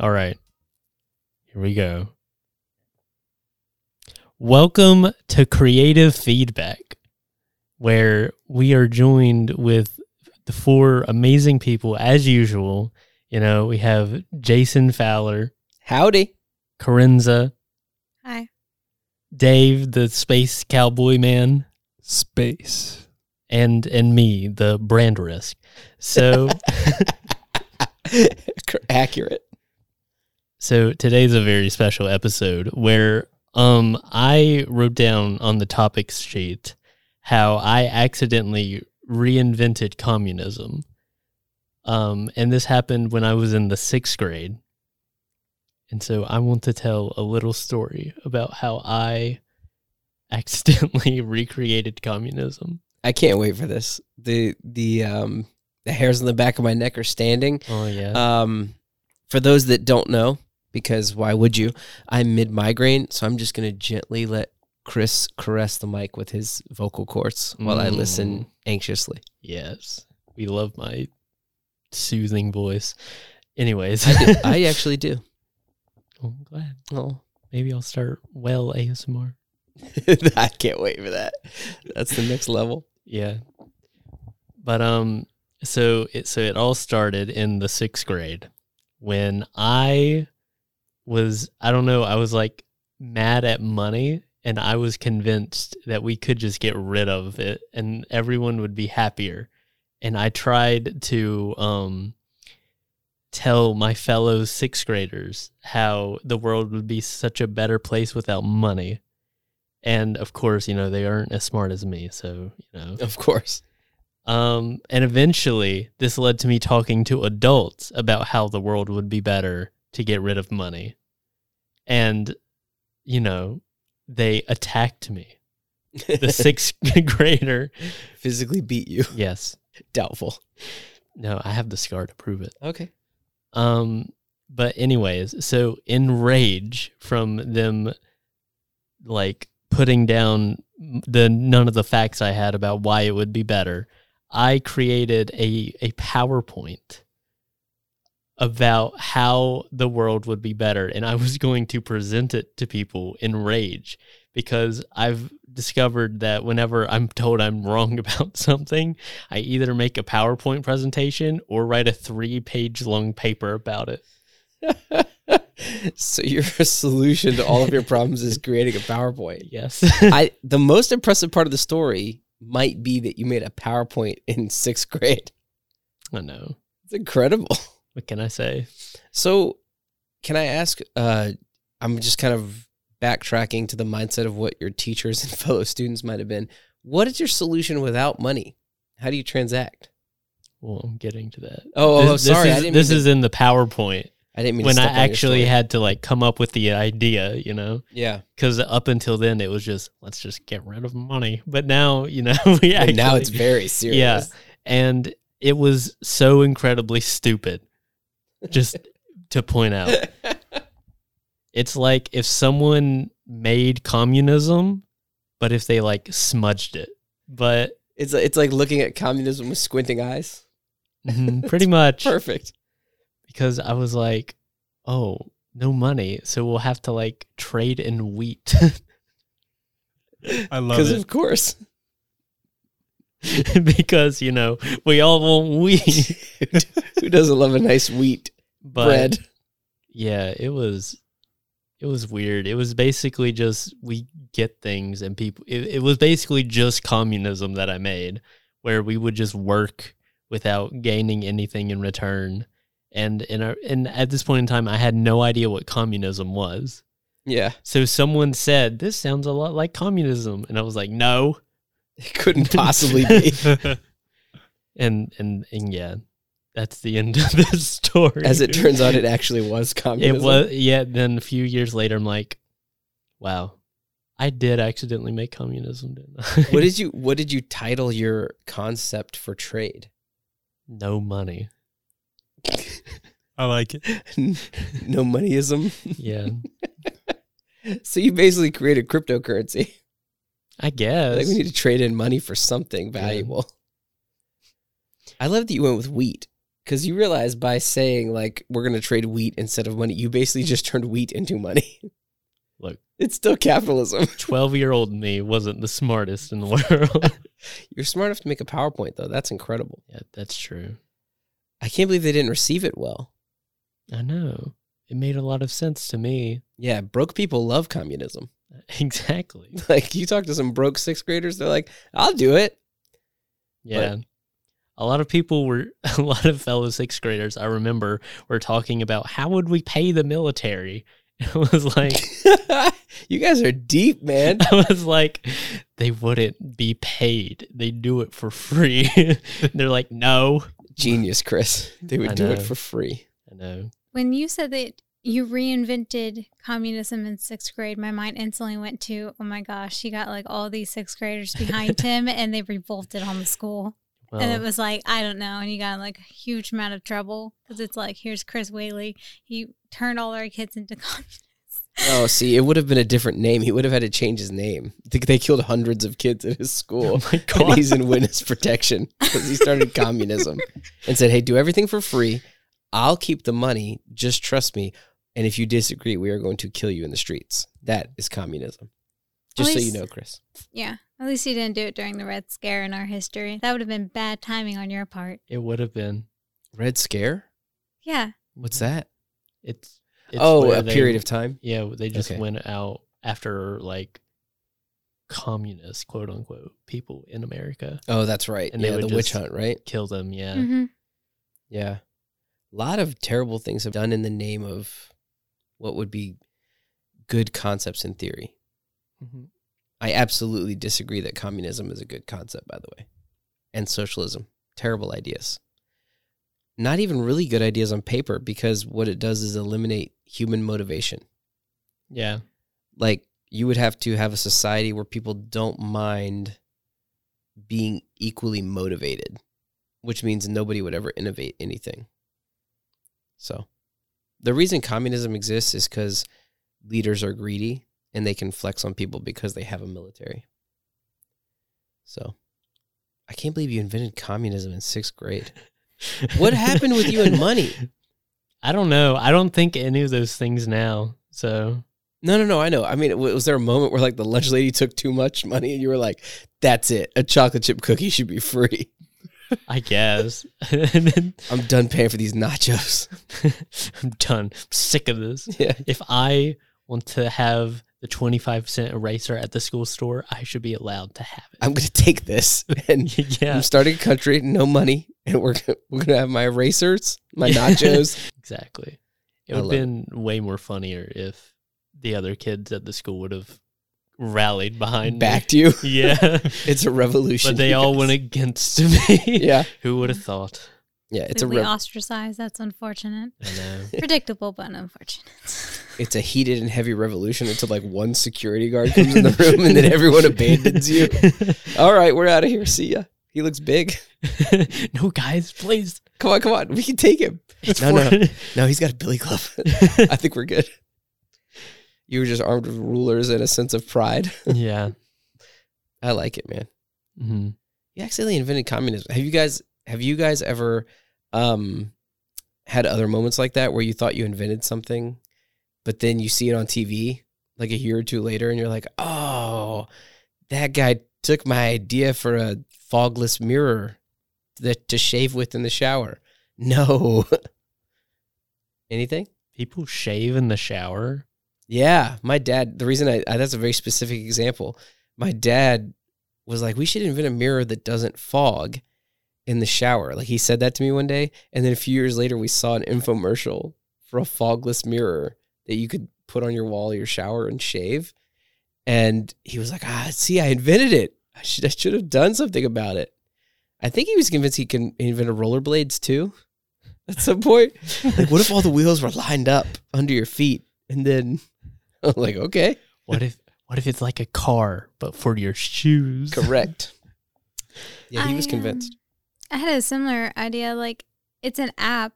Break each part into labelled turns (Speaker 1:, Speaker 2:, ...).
Speaker 1: All right. Here we go. Welcome to Creative Feedback, where we are joined with the four amazing people as usual. You know, we have Jason Fowler,
Speaker 2: Howdy.
Speaker 1: Corinza,
Speaker 3: Hi.
Speaker 1: Dave, the space cowboy man,
Speaker 4: Space.
Speaker 1: and and me, the brand risk. So
Speaker 2: Accurate.
Speaker 1: So today's a very special episode where um I wrote down on the topics sheet how I accidentally reinvented communism. Um and this happened when I was in the 6th grade. And so I want to tell a little story about how I accidentally recreated communism.
Speaker 2: I can't wait for this. The the um the hairs on the back of my neck are standing.
Speaker 1: Oh yeah.
Speaker 2: Um, for those that don't know, because why would you? I'm mid migraine, so I'm just gonna gently let Chris caress the mic with his vocal cords while I listen anxiously.
Speaker 1: yes. We love my soothing voice. Anyways,
Speaker 2: I, do, I actually do.
Speaker 1: Oh, I'm glad.
Speaker 2: Oh,
Speaker 1: Maybe I'll start well ASMR.
Speaker 2: I can't wait for that. That's the next level.
Speaker 1: Yeah. But um so it so it all started in the 6th grade when I was I don't know, I was like mad at money and I was convinced that we could just get rid of it and everyone would be happier. And I tried to um tell my fellow 6th graders how the world would be such a better place without money. And of course, you know, they aren't as smart as me, so, you know.
Speaker 2: Of course.
Speaker 1: Um, and eventually, this led to me talking to adults about how the world would be better to get rid of money. And, you know, they attacked me. The sixth grader.
Speaker 2: Physically beat you.
Speaker 1: Yes.
Speaker 2: Doubtful.
Speaker 1: No, I have the scar to prove it.
Speaker 2: Okay.
Speaker 1: Um, but anyways, so in rage from them, like putting down the none of the facts I had about why it would be better, I created a a PowerPoint about how the world would be better, and I was going to present it to people in rage because I've discovered that whenever I'm told I'm wrong about something, I either make a PowerPoint presentation or write a three page long paper about it.
Speaker 2: so your solution to all of your problems is creating a PowerPoint.
Speaker 1: Yes.
Speaker 2: I the most impressive part of the story might be that you made a PowerPoint in sixth grade.
Speaker 1: I know.
Speaker 2: It's incredible.
Speaker 1: What can I say?
Speaker 2: So can I ask uh I'm just kind of backtracking to the mindset of what your teachers and fellow students might have been. What is your solution without money? How do you transact?
Speaker 1: Well, I'm getting to that.
Speaker 2: Oh, oh,
Speaker 1: this,
Speaker 2: sorry,
Speaker 1: This
Speaker 2: I
Speaker 1: is,
Speaker 2: didn't
Speaker 1: this
Speaker 2: mean to-
Speaker 1: is in the PowerPoint
Speaker 2: I didn't mean
Speaker 1: when
Speaker 2: to
Speaker 1: I
Speaker 2: step on your
Speaker 1: actually
Speaker 2: story.
Speaker 1: had to like come up with the idea, you know,
Speaker 2: yeah.
Speaker 1: because up until then it was just let's just get rid of money. But now, you know, we
Speaker 2: And
Speaker 1: actually,
Speaker 2: now it's very serious.
Speaker 1: Yeah. and it was so incredibly stupid. Just to point out, it's like if someone made communism, but if they like smudged it, but
Speaker 2: it's it's like looking at communism with squinting eyes.
Speaker 1: mhm, pretty much.
Speaker 2: Perfect.
Speaker 1: because I was like, oh, no money, so we'll have to like trade in wheat
Speaker 4: I love
Speaker 2: Because
Speaker 4: it.
Speaker 2: of course.
Speaker 1: because you know we all want wheat.
Speaker 2: Who doesn't love a nice wheat
Speaker 1: But
Speaker 2: bread?
Speaker 1: yeah, it was it was weird. It was basically just we get things and people. It, it was basically just communism that I made, where we would just work without gaining anything in return. And in our, and at this point in time, I had no idea what communism was.
Speaker 2: Yeah.
Speaker 1: So someone said, This sounds a lot like communism. And I was like, No.
Speaker 2: It couldn't possibly be.
Speaker 1: and and and yeah, that's the end of the story.
Speaker 2: As it turns out, it actually was communism.
Speaker 1: it was yeah, then a few years later I'm like, Wow, I did accidentally make communism, didn't I?
Speaker 2: What did you What did you title your concept for trade?
Speaker 1: no money.
Speaker 4: I like it.
Speaker 2: no moneyism.
Speaker 1: Yeah.
Speaker 2: So you basically created cryptocurrency.
Speaker 1: I
Speaker 2: I
Speaker 1: guess.
Speaker 2: think we need to trade in money for something
Speaker 1: Yeah.
Speaker 2: valuable. I love that you went with wheat. Because you realize by saying like we're going to trade wheat instead of money, you basically just turned wheat into money.
Speaker 1: Look.
Speaker 2: it's still capitalism.
Speaker 1: 12 year old me wasn't the smartest in the world.
Speaker 2: You're smart enough to make a PowerPoint though. That's incredible.
Speaker 1: yeah, that's true.
Speaker 2: I can't believe they didn't receive it well.
Speaker 1: I know. It made a lot of sense to me.
Speaker 2: Yeah, broke people love communism.
Speaker 1: Exactly.
Speaker 2: Like you talk to some broke sixth graders, they're like, "I'll do it."
Speaker 1: Yeah. a lot of people were, a lot of fellow sixth graders, I remember, were talking about how would we pay the military? And I was like,
Speaker 2: you guys are deep, man.
Speaker 1: I was like, they wouldn't be paid. They do it for free. They're like, no.
Speaker 2: Genius, Chris. They would
Speaker 1: I
Speaker 2: do it
Speaker 1: know.
Speaker 2: for free.
Speaker 1: I know.
Speaker 3: When you said that you reinvented communism in sixth grade, my mind instantly went to, oh my gosh, he got like all these sixth graders behind him and they revolted on the school. And it
Speaker 2: Oh.
Speaker 1: Well,
Speaker 3: was like, I don't know. And he got in, like a huge amount of trouble because it's like, here's Chris Whaley. He turned all our kids into communists.
Speaker 2: Oh, see, it would have been a different name. He would have had to change his name. They- They killed hundreds of kids at his school.
Speaker 1: oh my
Speaker 2: and
Speaker 1: God.
Speaker 2: he's in witness protection because he started communism and said, "Hey, do everything for free. I'll keep the money. Just trust me. And if you disagree, we are going to kill you in the streets. That is communism. Just so you
Speaker 3: Always-
Speaker 2: know, Chris.
Speaker 3: Yeah. At least he didn't do it during the Red Scare in our history. That would have been bad timing on your part.
Speaker 1: It would have been.
Speaker 2: Red Scare.
Speaker 3: Yeah.
Speaker 2: What's that?
Speaker 1: It's, it's
Speaker 2: oh,
Speaker 1: where
Speaker 2: a
Speaker 1: they-
Speaker 2: period of time.
Speaker 1: Yeah, they just
Speaker 2: Okay.
Speaker 1: went out after like communist quote unquote people in America.
Speaker 2: Oh, that's right.
Speaker 1: And they
Speaker 2: yeah, the
Speaker 1: would
Speaker 2: witch
Speaker 1: just-
Speaker 2: hunt, right?
Speaker 1: Kill them, yeah.
Speaker 3: hmm
Speaker 2: Yeah. A lot of terrible things have done in the name of what would be good concepts in theory.
Speaker 3: Mm-hmm.
Speaker 1: Mm-hmm.
Speaker 2: I absolutely disagree that communism is a good concept, by the way, and socialism. Terrible ideas. Not even really good ideas on paper because what it does is eliminate human motivation
Speaker 1: Yeah.
Speaker 2: like you would have to have a society where people don't mind being equally motivated, which means nobody would ever innovate anything. So, the reason communism exists is because leaders are greedy and they can flex on people because they have a military. So, I can't believe you invented communism in sixth grade. What happened with you and money?
Speaker 1: I don't know. I don't think any of those things now. So
Speaker 2: No, no, no. I know. I mean, w- was there a moment where like the lunch lady took too much money and you were like, that's it. A chocolate chip cookie should be free.
Speaker 1: I guess And then-
Speaker 2: I'm done paying for these nachos.
Speaker 1: I'm done. I'm sick of this.
Speaker 2: yeah.
Speaker 1: If I want to have the 25 cent eraser at the school store, I should be allowed to have it.
Speaker 2: I'm going to take this and
Speaker 1: yeah,
Speaker 2: I'm starting a country, no money. And we're, gonna- we're going to have my erasers, my
Speaker 1: Yeah.
Speaker 2: nachos.
Speaker 1: exactly. It would
Speaker 2: I
Speaker 1: have
Speaker 2: love it.
Speaker 1: been way more funnier if the other kids at the school would have rallied behind me.
Speaker 2: Backed you.
Speaker 1: Yeah.
Speaker 2: It's a revolution.
Speaker 1: but they
Speaker 2: you
Speaker 1: all
Speaker 2: guys.
Speaker 1: went against me.
Speaker 2: Yeah.
Speaker 1: Who would have thought?
Speaker 2: Yeah. It's a,
Speaker 3: Completely
Speaker 2: rev-
Speaker 3: ostracized. That's unfortunate.
Speaker 1: I know.
Speaker 3: Predictable, but unfortunate.
Speaker 2: it's a heated and heavy revolution until like one security guard comes in the room and then everyone abandons you. All right. We're out of here. See ya. He looks big.
Speaker 1: no, guys, please.
Speaker 2: Come on. Come on. We can take him.
Speaker 1: It's
Speaker 2: No, no.
Speaker 1: for-
Speaker 2: No, he's got a billy club. I think we're good. You were just armed with rulers and a sense of pride.
Speaker 1: yeah.
Speaker 2: I like it, man.
Speaker 1: hmm
Speaker 2: You accidentally invented communism. Have you guys have you guys ever um had other moments like that where you thought you invented something, but then you see it on TV like a year or two later and you're like, "Oh, that guy took my idea for a fogless mirror that to shave with in the shower." No. Anything?
Speaker 1: People shave in the shower.
Speaker 2: Yeah, my dad. The reason I, I that's a very specific example. My dad was like, "We should invent a mirror that doesn't fog in the shower." Like he said that to me one day, and then a few years later, we saw an infomercial for a fogless mirror that you could put on your wall, of your shower, and shave. And he was like, "Ah, see, I invented it. I should I should have done something about it." I think he was convinced he can invent a rollerblades too. At some point, like, what if all the wheels were lined up under your feet, and then I'm like, okay,
Speaker 1: What if what if it's like a car but for your shoes?
Speaker 2: correct. Yeah, he
Speaker 3: I,
Speaker 2: was convinced.
Speaker 3: um, I had a similar idea. Like it's an app,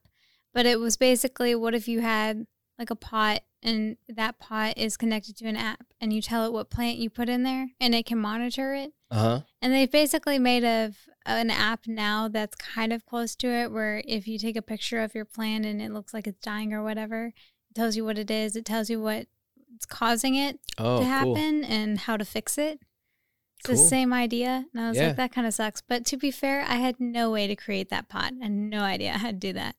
Speaker 3: but it was basically what if you had like a pot and that pot is connected to an app and you tell it what plant you put in there and it can monitor it.
Speaker 2: Uh huh.
Speaker 3: And they've basically made of uh, an app now that's kind of close to it where if you take a picture of your plant and it looks like it's dying or whatever, it tells you what it is, it tells you what's causing it
Speaker 2: Oh,
Speaker 3: to
Speaker 2: cool.
Speaker 3: happen and how to fix it. It's the
Speaker 2: Cool.
Speaker 3: same idea. And I was
Speaker 2: Yeah.
Speaker 3: like, that kind of sucks. But to be fair, I had no way to create that pot. I had no idea how to do that.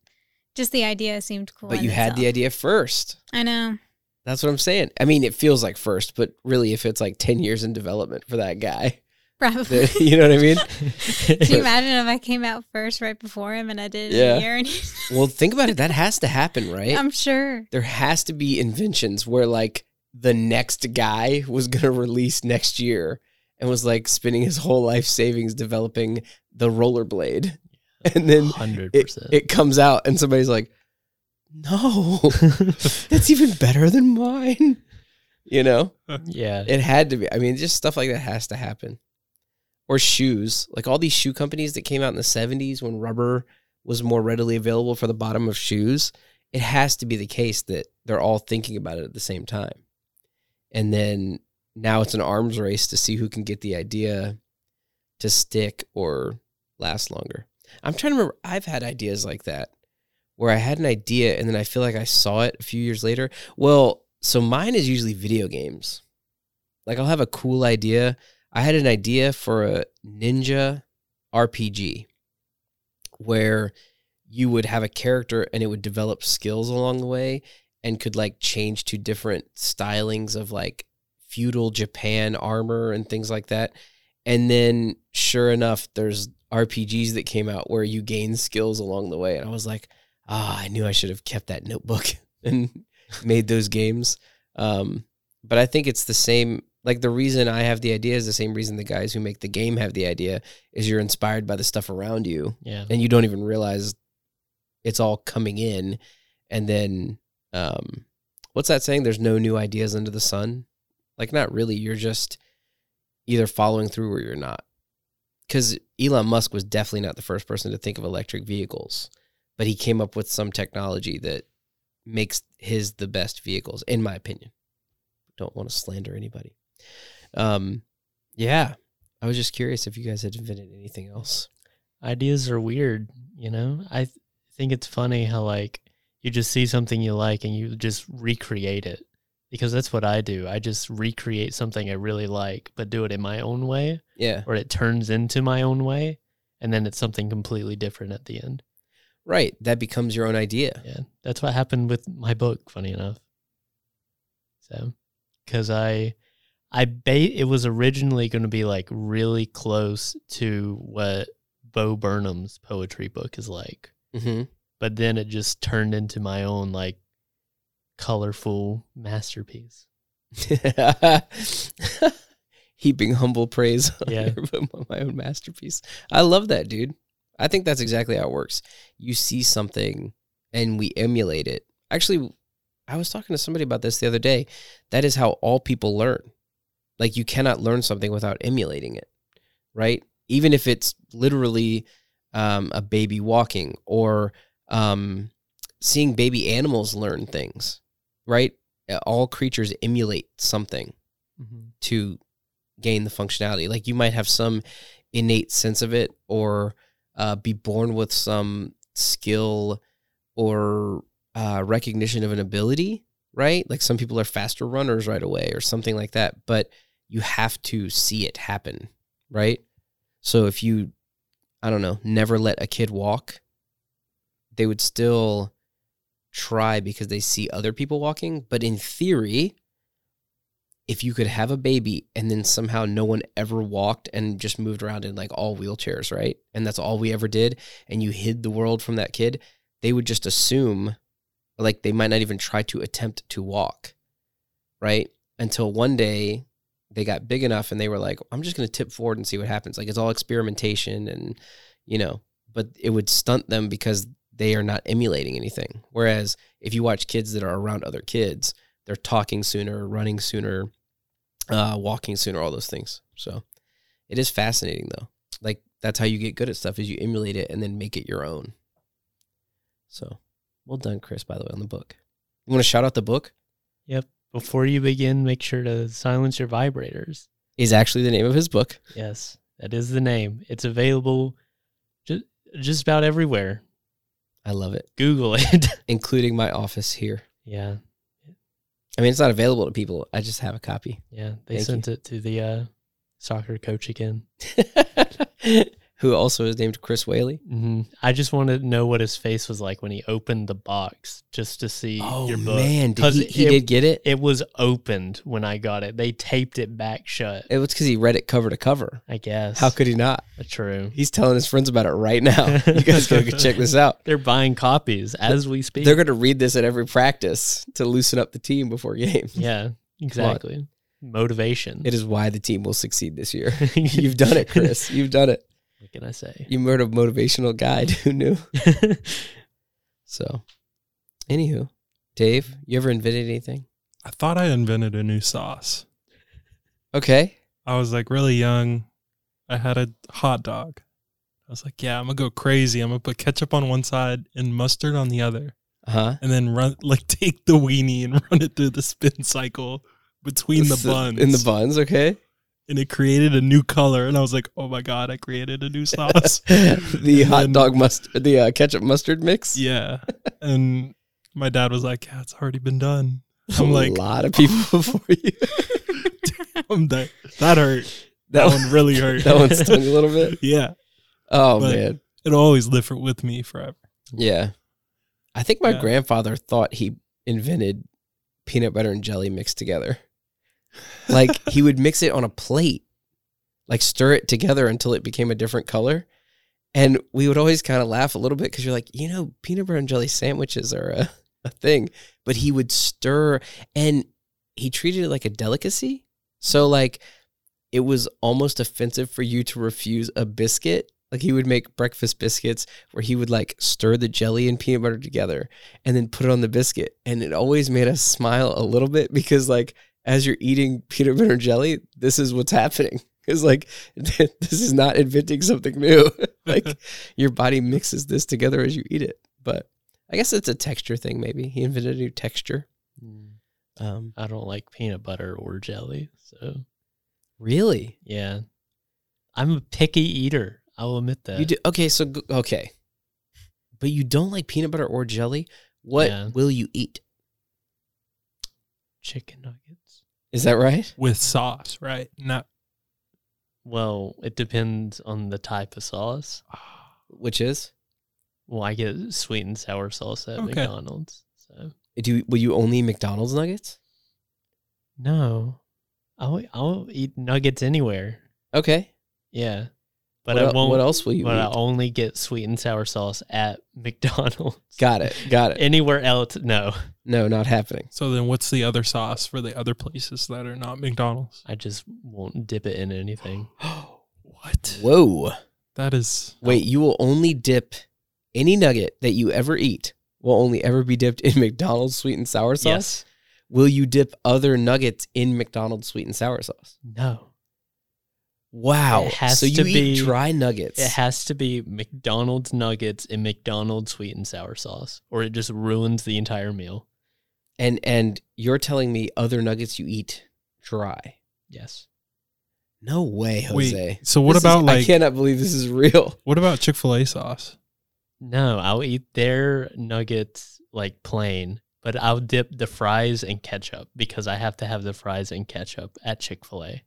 Speaker 3: Just the idea seemed cool.
Speaker 2: But
Speaker 3: in
Speaker 2: you had the
Speaker 3: itself.
Speaker 2: idea first.
Speaker 3: I know.
Speaker 2: That's what I'm saying. I mean, it feels like first, but really, if it's like 10 years in development for that guy,
Speaker 3: Probably.
Speaker 2: then- you know what I mean?
Speaker 3: Can you imagine if I came out first right before him and I did it in
Speaker 2: Yeah.
Speaker 3: a year? And he,
Speaker 2: Well, think about it. That has to happen, right?
Speaker 3: I'm sure.
Speaker 2: there has to be inventions where like the next guy was going to release next year and was like spending his whole life savings developing the rollerblade. And then
Speaker 1: hundred
Speaker 2: it,
Speaker 1: percent.
Speaker 2: it comes out and somebody's like, no, that's even better than mine. You know,
Speaker 1: Yeah,
Speaker 2: it had to be. I mean, just stuff like that has to happen. Or shoes, like all these shoe companies that came out in the 70s when rubber was more readily available for the bottom of shoes. It has to be the case that they're all thinking about it at the same time. And then now it's an arms race to see who can get the idea to stick or last longer. I'm trying to remember, I've had ideas like that where I had an idea and then I feel like I saw it a few years later. Well, so mine is usually video games. Like I'll have a cool idea. I had an idea for a ninja RPG where you would have a character and it would develop skills along the way and could like change to different stylings of like feudal Japan armor and things like that. And then sure enough, there's RPGs that came out where you gain skills along the way. And I was like, ah, I knew I should have kept that notebook and made those games. Um, but I think it's the same. Like the reason I have the idea is the same reason the guys who make the game have the idea is you're inspired by the stuff around you
Speaker 1: yeah.
Speaker 2: and you don't even realize it's all coming in and then um what's that saying there's no new ideas under the sun like not really you're just either following through or you're not cuz Elon Musk was definitely not the first person to think of electric vehicles but he came up with some technology that makes his the best vehicles in my opinion don't want to slander anybody um yeah i was just curious if you guys had invented anything else
Speaker 1: Ideas are weird, you know. I th- think it's funny how like you just see something you like and you just recreate it because that's what I do. I just recreate something I really like, but do it in my own way,
Speaker 2: yeah
Speaker 1: or it turns into my own way, and then it's something completely different at the end.
Speaker 2: Right. That becomes your own idea.
Speaker 1: Yeah, that's what happened with my book. Funny enough, so because I, I ba- it was originally going to be like really close to what Bo Burnham's poetry book is like,
Speaker 2: Mm-hmm.
Speaker 1: but then it just turned into my own like colorful masterpiece.
Speaker 2: Heaping humble praise on
Speaker 1: Yeah.
Speaker 2: your- my own masterpiece. I love that, dude. I think that's exactly how it works. You see something and we emulate it. Actually, I was talking to somebody about this the other day. That is how all people learn. Like, you cannot learn something without emulating it, right? Even if it's literally um, a baby walking or um, seeing baby animals learn things, right? All creatures emulate something
Speaker 1: Mm-hmm.
Speaker 2: to gain the functionality. Like you might have some innate sense of it or uh, be born with some skill or uh, recognition of an ability, right? Like some people are faster runners right away or something like that, but you have to see it happen, right? So if you, I don't know, never let a kid walk, they would still try because they see other people walking. But in theory, if you could have a baby and then somehow no one ever walked and just moved around in like all wheelchairs, right? And that's all we ever did, and you hid the world from that kid, they would just assume like they might not even try to attempt to walk, right? Until one day they got big enough and they were like, I'm just going to tip forward and see what happens. Like it's all experimentation and, you know, but it would stunt them because they are not emulating anything. Whereas if you watch kids that are around other kids, they're talking sooner, running sooner, uh, walking sooner, all those things. So it is fascinating though. Like that's how you get good at stuff is you emulate it and then make it your own. So well done, Chris, by the way, on the book. You want to shout out the book?
Speaker 1: Before you begin, make sure to silence your vibrators.
Speaker 2: Is actually the name of his book.
Speaker 1: Yes, That is the name. It's available just, just about everywhere.
Speaker 2: I love it,
Speaker 1: Google it.
Speaker 2: including my office here.
Speaker 1: yeah.
Speaker 2: I mean, it's not available to people. I just have a copy.
Speaker 1: Yeah. They
Speaker 2: Thank
Speaker 1: sent it to the uh, soccer coach again.
Speaker 2: Who also is named Chris Whaley.
Speaker 1: hmm I just want to know what his face was like when he opened the box just to see your book.
Speaker 2: Oh, man, did
Speaker 1: 'Cause
Speaker 2: he, he
Speaker 1: it-
Speaker 2: did get it.
Speaker 1: It was opened when I got it. They taped it back shut,
Speaker 2: It was because he read it cover to cover.
Speaker 1: I guess.
Speaker 2: How could he not?
Speaker 1: True.
Speaker 2: He's telling his friends about it right now. You guys gotta go check this out.
Speaker 1: They're buying copies as we speak.
Speaker 2: They're gonna read this at every practice to loosen up the team before games.
Speaker 1: yeah, exactly. Motivation.
Speaker 2: It is why the team will succeed this year. You've done it, Chris. You've done it.
Speaker 1: what can I say?
Speaker 2: You wrote a motivational guide. Who knew? So, anywho, Dave, you ever invented anything?
Speaker 4: I thought I invented a new sauce.
Speaker 2: Okay.
Speaker 4: I was like really young. I had a hot dog. I was like, yeah, I'm gonna go crazy. I'm gonna put ketchup on one side and mustard on the other,
Speaker 2: Uh huh.
Speaker 4: and then run like take the weenie and run it through the spin cycle between the buns.
Speaker 2: In the buns. Okay.
Speaker 4: and it created a new color. And I was like, oh my god, I created a new sauce.
Speaker 2: the
Speaker 4: And
Speaker 2: hot
Speaker 4: then-
Speaker 2: dog mustard, the uh, ketchup mustard mix.
Speaker 4: Yeah, and my dad was like, yeah, it's already been done.
Speaker 2: a
Speaker 4: I'm like,
Speaker 2: lot of people before you.
Speaker 4: I'm that that hurt. That,
Speaker 2: That
Speaker 4: one really hurt.
Speaker 2: that one stung a little bit.
Speaker 4: yeah,
Speaker 2: Oh
Speaker 4: But-
Speaker 2: man,
Speaker 4: it'll always live with me forever.
Speaker 2: yeah. I think my
Speaker 4: Yeah.
Speaker 2: grandfather thought he invented peanut butter and jelly mixed together. Like he would mix it on a plate, like stir it together until it became a different color. And we would always kind of laugh a little bit because you're like, you know, peanut butter and jelly sandwiches are a, a thing. But he would stir and he treated it like a delicacy. So like it was almost offensive for you to refuse a biscuit. Like he would make breakfast biscuits where he would like stir the jelly and peanut butter together and then put it on the biscuit. And it always made us smile a little bit because like as you're eating peanut butter and jelly, this is what's happening. It's like this is not inventing something new. like your body mixes this together as you eat it. But I guess it's a texture thing, maybe. He invented a new texture. Um
Speaker 1: I don't like peanut butter or jelly. So,
Speaker 2: really?
Speaker 1: yeah. I'm a picky eater. I will admit that.
Speaker 2: You do okay, so g- okay. But you don't like peanut butter or jelly? What
Speaker 1: Yeah.
Speaker 2: will you eat?
Speaker 1: Chicken nuggets.
Speaker 2: Is that right?
Speaker 4: with sauce, right? Not
Speaker 1: Well, it depends on the type of sauce.
Speaker 2: Which is?
Speaker 1: Well, I get sweet and sour sauce at
Speaker 4: Okay.
Speaker 1: McDonald's. So,
Speaker 2: Do you, will you only eat McDonald's nuggets?
Speaker 1: no. I'll, I'll eat nuggets anywhere.
Speaker 2: Okay.
Speaker 1: Yeah. But
Speaker 2: what,
Speaker 1: I
Speaker 2: el-
Speaker 1: won't.
Speaker 2: what else will you
Speaker 1: but I
Speaker 2: eat?
Speaker 1: only get sweet and sour sauce at McDonald's.
Speaker 2: Got it. Got it.
Speaker 1: Anywhere else, no.
Speaker 2: No, not happening.
Speaker 4: so. Then what's the other sauce for the other places that are not McDonald's?
Speaker 1: I just won't dip it in anything.
Speaker 4: What?
Speaker 2: Whoa.
Speaker 4: That is
Speaker 2: Wait, you will only dip any nugget that you ever eat will only ever be dipped in McDonald's sweet and sour sauce.
Speaker 1: Yes.
Speaker 2: Will you dip other nuggets in McDonald's sweet and sour sauce?
Speaker 1: No.
Speaker 2: Wow.
Speaker 1: It has
Speaker 2: so you
Speaker 1: to
Speaker 2: eat
Speaker 1: be-
Speaker 2: dry nuggets.
Speaker 1: It has to be McDonald's nuggets and McDonald's sweet and sour sauce, or it just ruins the entire meal.
Speaker 2: and and you're telling me other nuggets you eat dry.
Speaker 1: Yes.
Speaker 2: No way,
Speaker 4: wait.
Speaker 2: Jose.
Speaker 4: So what
Speaker 2: This is-
Speaker 4: about
Speaker 2: I
Speaker 4: like
Speaker 2: cannot believe this is real.
Speaker 4: what about Chick Fil A sauce?
Speaker 1: No, I'll eat their nuggets like plain, but I'll dip the fries in ketchup because I have to have the fries and ketchup at Chick fil A.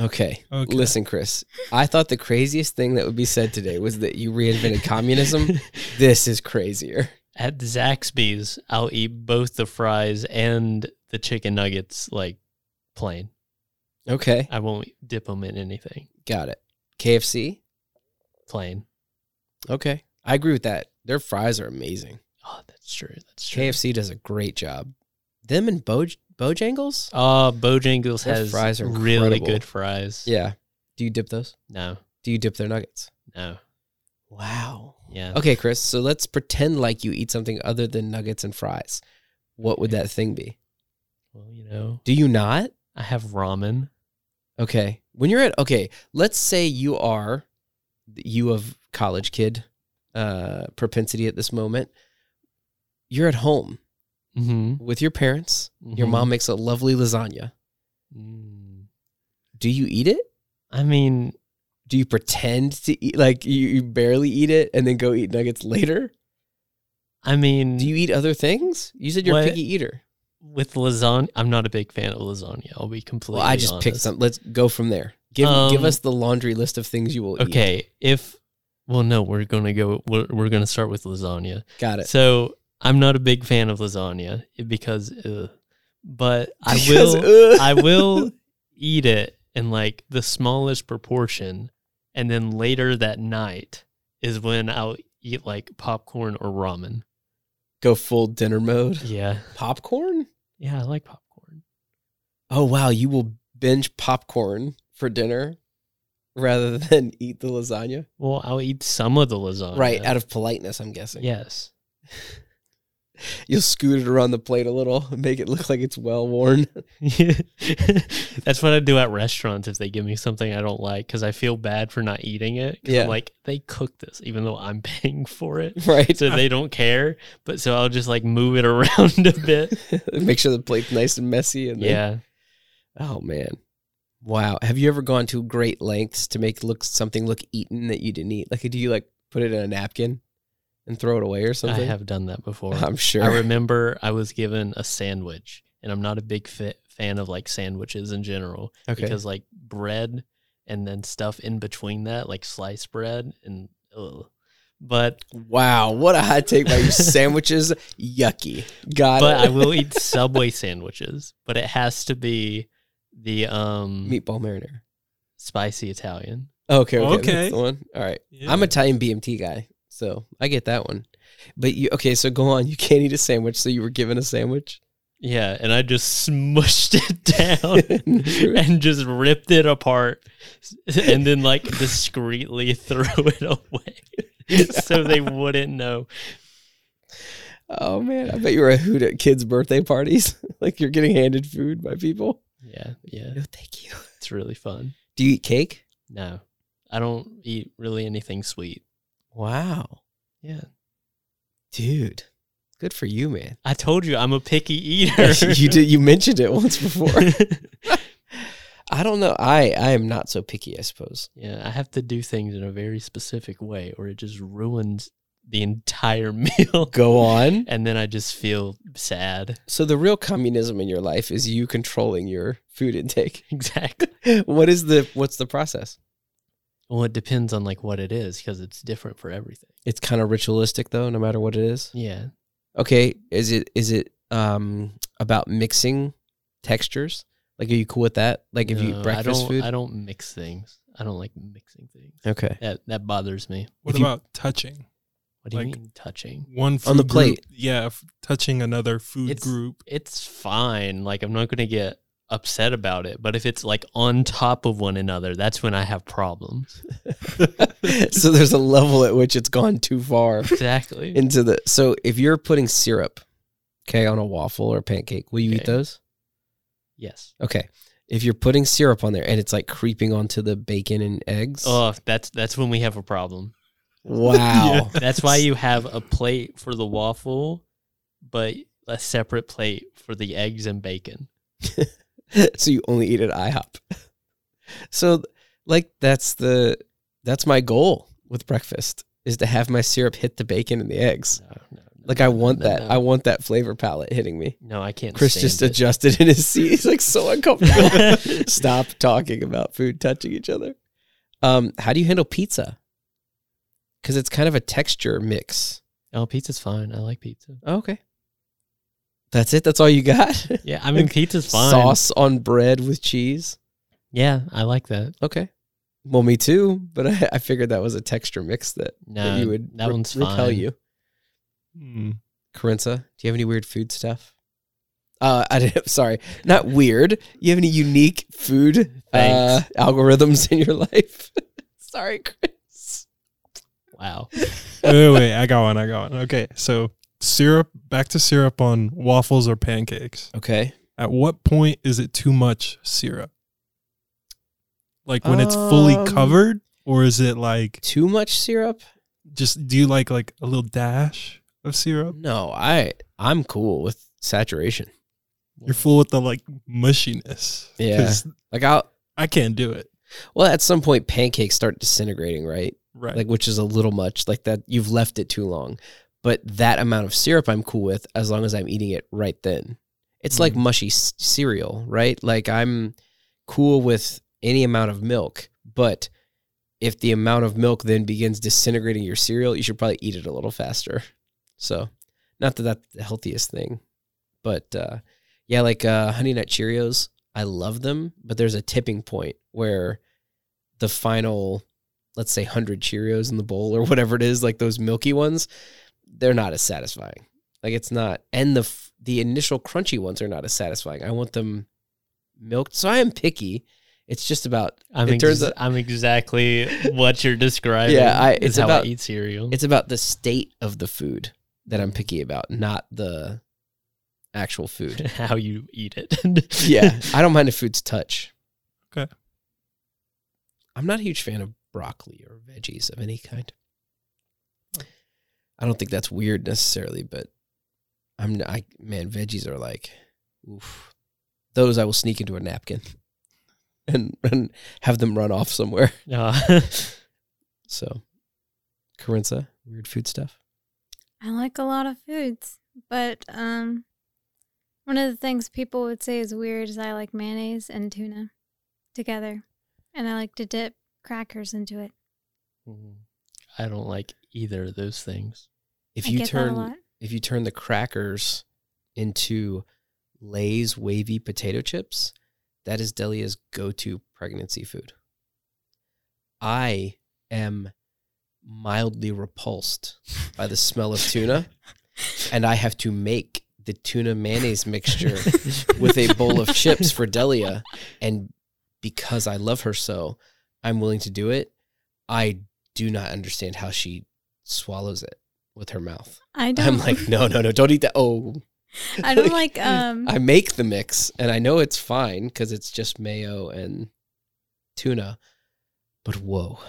Speaker 2: Okay.
Speaker 4: Okay.
Speaker 2: Listen, Chris, I thought the craziest thing that would be said today was that you reinvented communism. This is crazier.
Speaker 1: at Zaxby's, I'll eat both the fries and the chicken nuggets like plain.
Speaker 2: Okay.
Speaker 1: I won't dip them in anything.
Speaker 2: Got it. KFC.
Speaker 1: Plain.
Speaker 2: Okay. I agree with that. Their fries are amazing.
Speaker 1: Oh, that's true. That's true.
Speaker 2: KFC does a great job. Them and Boj- Bojangles?
Speaker 1: Uh, Bojangles
Speaker 2: Their
Speaker 1: has
Speaker 2: fries are
Speaker 1: really
Speaker 2: incredible.
Speaker 1: good fries.
Speaker 2: Yeah. Do you dip those?
Speaker 1: No,
Speaker 2: Do you dip their nuggets?
Speaker 1: no.
Speaker 2: Wow.
Speaker 1: Yeah.
Speaker 2: Okay, Chris. So let's pretend like you eat something other than nuggets and fries. What would that thing be?
Speaker 1: Well, you know,
Speaker 2: Do you not?
Speaker 1: I have ramen.
Speaker 2: Okay. When you're at okay, let's say you are you of college kid uh propensity at this moment. You're at home
Speaker 1: Mm-hmm.
Speaker 2: with your parents. Your
Speaker 1: Mhm.
Speaker 2: mom makes a lovely lasagna.
Speaker 1: Mm.
Speaker 2: Do you eat it?
Speaker 1: I mean,
Speaker 2: do you pretend to eat like you, you barely eat it and then go eat nuggets later?
Speaker 1: I mean,
Speaker 2: Do you eat other things? You said you're
Speaker 1: What?
Speaker 2: a picky eater.
Speaker 1: with lasagna, I'm not a big fan of lasagna. I'll be completely.
Speaker 2: Well, I just picked
Speaker 1: honest.
Speaker 2: some. Let's go from there. Give give
Speaker 1: Um,
Speaker 2: us the laundry list of things you will eat.
Speaker 1: Okay, if well, no, we're gonna go. We're, we're gonna start with lasagna.
Speaker 2: Got it.
Speaker 1: So I'm not a big fan of lasagna eh, because, ugh. but I
Speaker 2: Because, uh,
Speaker 1: will.
Speaker 2: ugh.
Speaker 1: I will eat it in like the smallest proportion, and then later that night is when I'll eat like popcorn or ramen.
Speaker 2: go full dinner mode.
Speaker 1: Yeah,
Speaker 2: Popcorn?
Speaker 1: yeah, I like popcorn.
Speaker 2: Oh wow, you will binge popcorn for dinner rather than eat the lasagna.
Speaker 1: Well, I'll eat some of the lasagna.
Speaker 2: Right, out of politeness, I'm guessing.
Speaker 1: yes.
Speaker 2: You'll scoot it around the plate a little, make it look like it's well worn.
Speaker 1: That's what I do at restaurants if they give me something I don't like because I feel bad for not eating it. 'cause
Speaker 2: Yeah.
Speaker 1: I'm like, they cook this even though I'm paying for it.
Speaker 2: Right.
Speaker 1: So they don't care. But so I'll just like move it around a bit.
Speaker 2: make sure the plate's nice and messy and then-
Speaker 1: yeah.
Speaker 2: Oh man. Wow. Have you ever gone to great lengths to make look something look eaten that you didn't eat? Like do you like put it in a napkin and throw it away or something?
Speaker 1: I have done that before.
Speaker 2: I'm sure.
Speaker 1: I remember I was given a sandwich and I'm not a big fa- fan of like sandwiches in general
Speaker 2: okay.
Speaker 1: because like bread and then stuff in between that, like sliced bread and ugh. But
Speaker 2: wow, what a hot take by you. Sandwiches, yucky. Got
Speaker 1: but I
Speaker 2: it.
Speaker 1: will eat Subway sandwiches, but it has to be the um
Speaker 2: meatball marinara.
Speaker 1: spicy Italian.
Speaker 2: Okay, okay.
Speaker 4: Okay.
Speaker 2: That's the one. All right.
Speaker 4: Yeah.
Speaker 2: I'm Italian BMT guy, so I get that one. But you okay, so go on. You can't eat a sandwich, so you were given a sandwich.
Speaker 1: Yeah, and I just smushed it down and just ripped it apart and then like discreetly threw it away so they wouldn't know.
Speaker 2: Oh man, I bet you were a hoot at kids' birthday parties. like you're getting handed food by people.
Speaker 1: Yeah, yeah.
Speaker 2: No, thank you.
Speaker 1: It's really fun.
Speaker 2: Do you eat cake?
Speaker 1: No. I don't eat really anything sweet.
Speaker 2: Wow.
Speaker 1: Yeah.
Speaker 2: Dude. Good for you, man.
Speaker 1: I told you I'm a picky eater.
Speaker 2: you did you mentioned it once before. I don't know. I I am not so picky, I suppose.
Speaker 1: Yeah, I have to do things in a very specific way, or it just ruins the entire meal.
Speaker 2: Go on.
Speaker 1: And then I just feel sad.
Speaker 2: So the real communism in your life is you controlling your food intake.
Speaker 1: Exactly.
Speaker 2: what is the what's the process?
Speaker 1: Well, it depends on like what it is because it's different for everything.
Speaker 2: It's kind of ritualistic though, no matter what it is.
Speaker 1: Yeah.
Speaker 2: Okay, is it is it um about mixing textures? Like, are you cool with that? Like, if
Speaker 1: No,
Speaker 2: you eat
Speaker 1: uh, I
Speaker 2: breakfast
Speaker 1: don't,
Speaker 2: food,
Speaker 1: I don't mix things. I don't like mixing things.
Speaker 2: okay,
Speaker 1: That that bothers me.
Speaker 4: What
Speaker 2: if you-
Speaker 4: about touching
Speaker 1: What do you
Speaker 4: Like-
Speaker 1: mean touching?
Speaker 4: one food
Speaker 2: On the
Speaker 4: group-
Speaker 2: plate.
Speaker 4: Yeah, f- touching another food
Speaker 1: It's-
Speaker 4: group.
Speaker 1: It's fine. Like I'm not gonna get upset about it. But if it's like on top of one another, that's when I have problems.
Speaker 2: so there's a level at which it's gone too far
Speaker 1: Exactly.
Speaker 2: into the. So if you're putting syrup, okay, on a waffle or a pancake, will you eat
Speaker 1: Okay.
Speaker 2: those?
Speaker 1: yes.
Speaker 2: Okay, if you're putting syrup on there and it's like creeping onto the bacon and eggs,
Speaker 1: Oh, that's that's when we have a problem.
Speaker 2: wow,
Speaker 1: That's why you have a plate for the waffle, but a separate plate for the eggs and bacon.
Speaker 2: so you only eat at IHOP. So, like, that's the that's my goal with breakfast is to have my syrup hit the bacon and the eggs.
Speaker 1: No, no, no,
Speaker 2: Like I want
Speaker 1: no,
Speaker 2: that.
Speaker 1: no.
Speaker 2: I want that flavor palette hitting me.
Speaker 1: no, I can't.
Speaker 2: Chris
Speaker 1: stand
Speaker 2: just
Speaker 1: it.
Speaker 2: adjusted in his seat. He's like so uncomfortable. Stop talking about food touching each other. Um, how do you handle pizza? Because it's kind of a texture mix.
Speaker 1: oh, pizza's fine. I like pizza.
Speaker 2: okay. That's it. That's all you got.
Speaker 1: Yeah, I mean
Speaker 2: Like,
Speaker 1: pizza's fine.
Speaker 2: Sauce on bread with cheese.
Speaker 1: Yeah, I like that.
Speaker 2: Okay. Well, me too. But I, I figured that was a texture mix that,
Speaker 1: No,
Speaker 2: that you would
Speaker 1: that
Speaker 2: re-
Speaker 1: one's fine.
Speaker 2: repel you.
Speaker 4: Hmm.
Speaker 2: Carinza, do you have any weird food stuff? Uh, I didn't, sorry, not weird. You have any unique food uh,
Speaker 1: Thanks.
Speaker 2: algorithms in your life? sorry, Chris.
Speaker 1: Wow.
Speaker 4: wait, wait, wait, I got one. I got one. Okay, so syrup. Back to syrup on waffles or pancakes.
Speaker 2: Okay.
Speaker 4: At what point is it too much syrup? Like when it's fully
Speaker 2: Um,
Speaker 4: covered, or is it like
Speaker 2: Too much syrup?
Speaker 4: just do you like like a little dash of syrup?
Speaker 2: No, I I'm cool with saturation.
Speaker 4: You're full with the like mushiness.
Speaker 2: Yeah. Like I'll
Speaker 4: I can't do it.
Speaker 2: Well, at some point, pancakes start disintegrating, right?
Speaker 4: Right.
Speaker 2: Like, which is a little much. Like that, you've left it too long. But that amount of syrup, I'm cool with as long as I'm eating it right then. It's like
Speaker 4: Mhm.
Speaker 2: mushy s- cereal, right? Like I'm cool with any amount of milk, but if the amount of milk then begins disintegrating your cereal, you should probably eat it a little faster. So, not that that's the healthiest thing, but uh, yeah, like uh, Honey Nut Cheerios, I love them, but there's a tipping point where the final, let's say, 100 Cheerios in the bowl or whatever it is, like those milky ones, they're not as satisfying. Like it's not, and the f- the initial crunchy ones are not as satisfying. I want them milked, so I am picky. It's just about
Speaker 1: I'm,
Speaker 2: It
Speaker 1: ex-
Speaker 2: turns out-
Speaker 1: I'm exactly what you're describing.
Speaker 2: Yeah, I-
Speaker 1: is
Speaker 2: it's
Speaker 1: how
Speaker 2: about-
Speaker 1: I eat cereal.
Speaker 2: it's about the state of the food that I'm picky about, not the actual food.
Speaker 1: how you eat it.
Speaker 2: yeah, I don't mind if food's touch.
Speaker 4: Okay.
Speaker 2: I'm not a huge fan of broccoli or veggies of any kind. I don't think that's weird necessarily, but I'm n- I man, veggies are like oof. Those I will sneak into a napkin and, and have them run off somewhere.
Speaker 1: Uh,
Speaker 2: So, Carissa, weird food stuff.
Speaker 3: I like a lot of foods, but um, one of the things people would say is weird is I like mayonnaise and tuna together, and I like to dip crackers into it.
Speaker 1: I don't like either of those things.
Speaker 2: If
Speaker 3: I
Speaker 2: you
Speaker 3: get that a
Speaker 2: turn
Speaker 3: lot.
Speaker 2: if you turn the crackers into Lay's wavy potato chips, that is Delia's go-to pregnancy food. I am mildly repulsed by the smell of tuna, and I have to make the tuna mayonnaise mixture with a bowl of chips for Delia, and because I love her so, I'm willing to do it. I do not understand how she swallows it with her mouth.
Speaker 3: I don't.
Speaker 2: I'm like, no, no, no, don't eat that. Oh,
Speaker 3: I don't like. Um,
Speaker 2: I make the mix, and I know it's fine because it's just mayo and tuna. But whoa,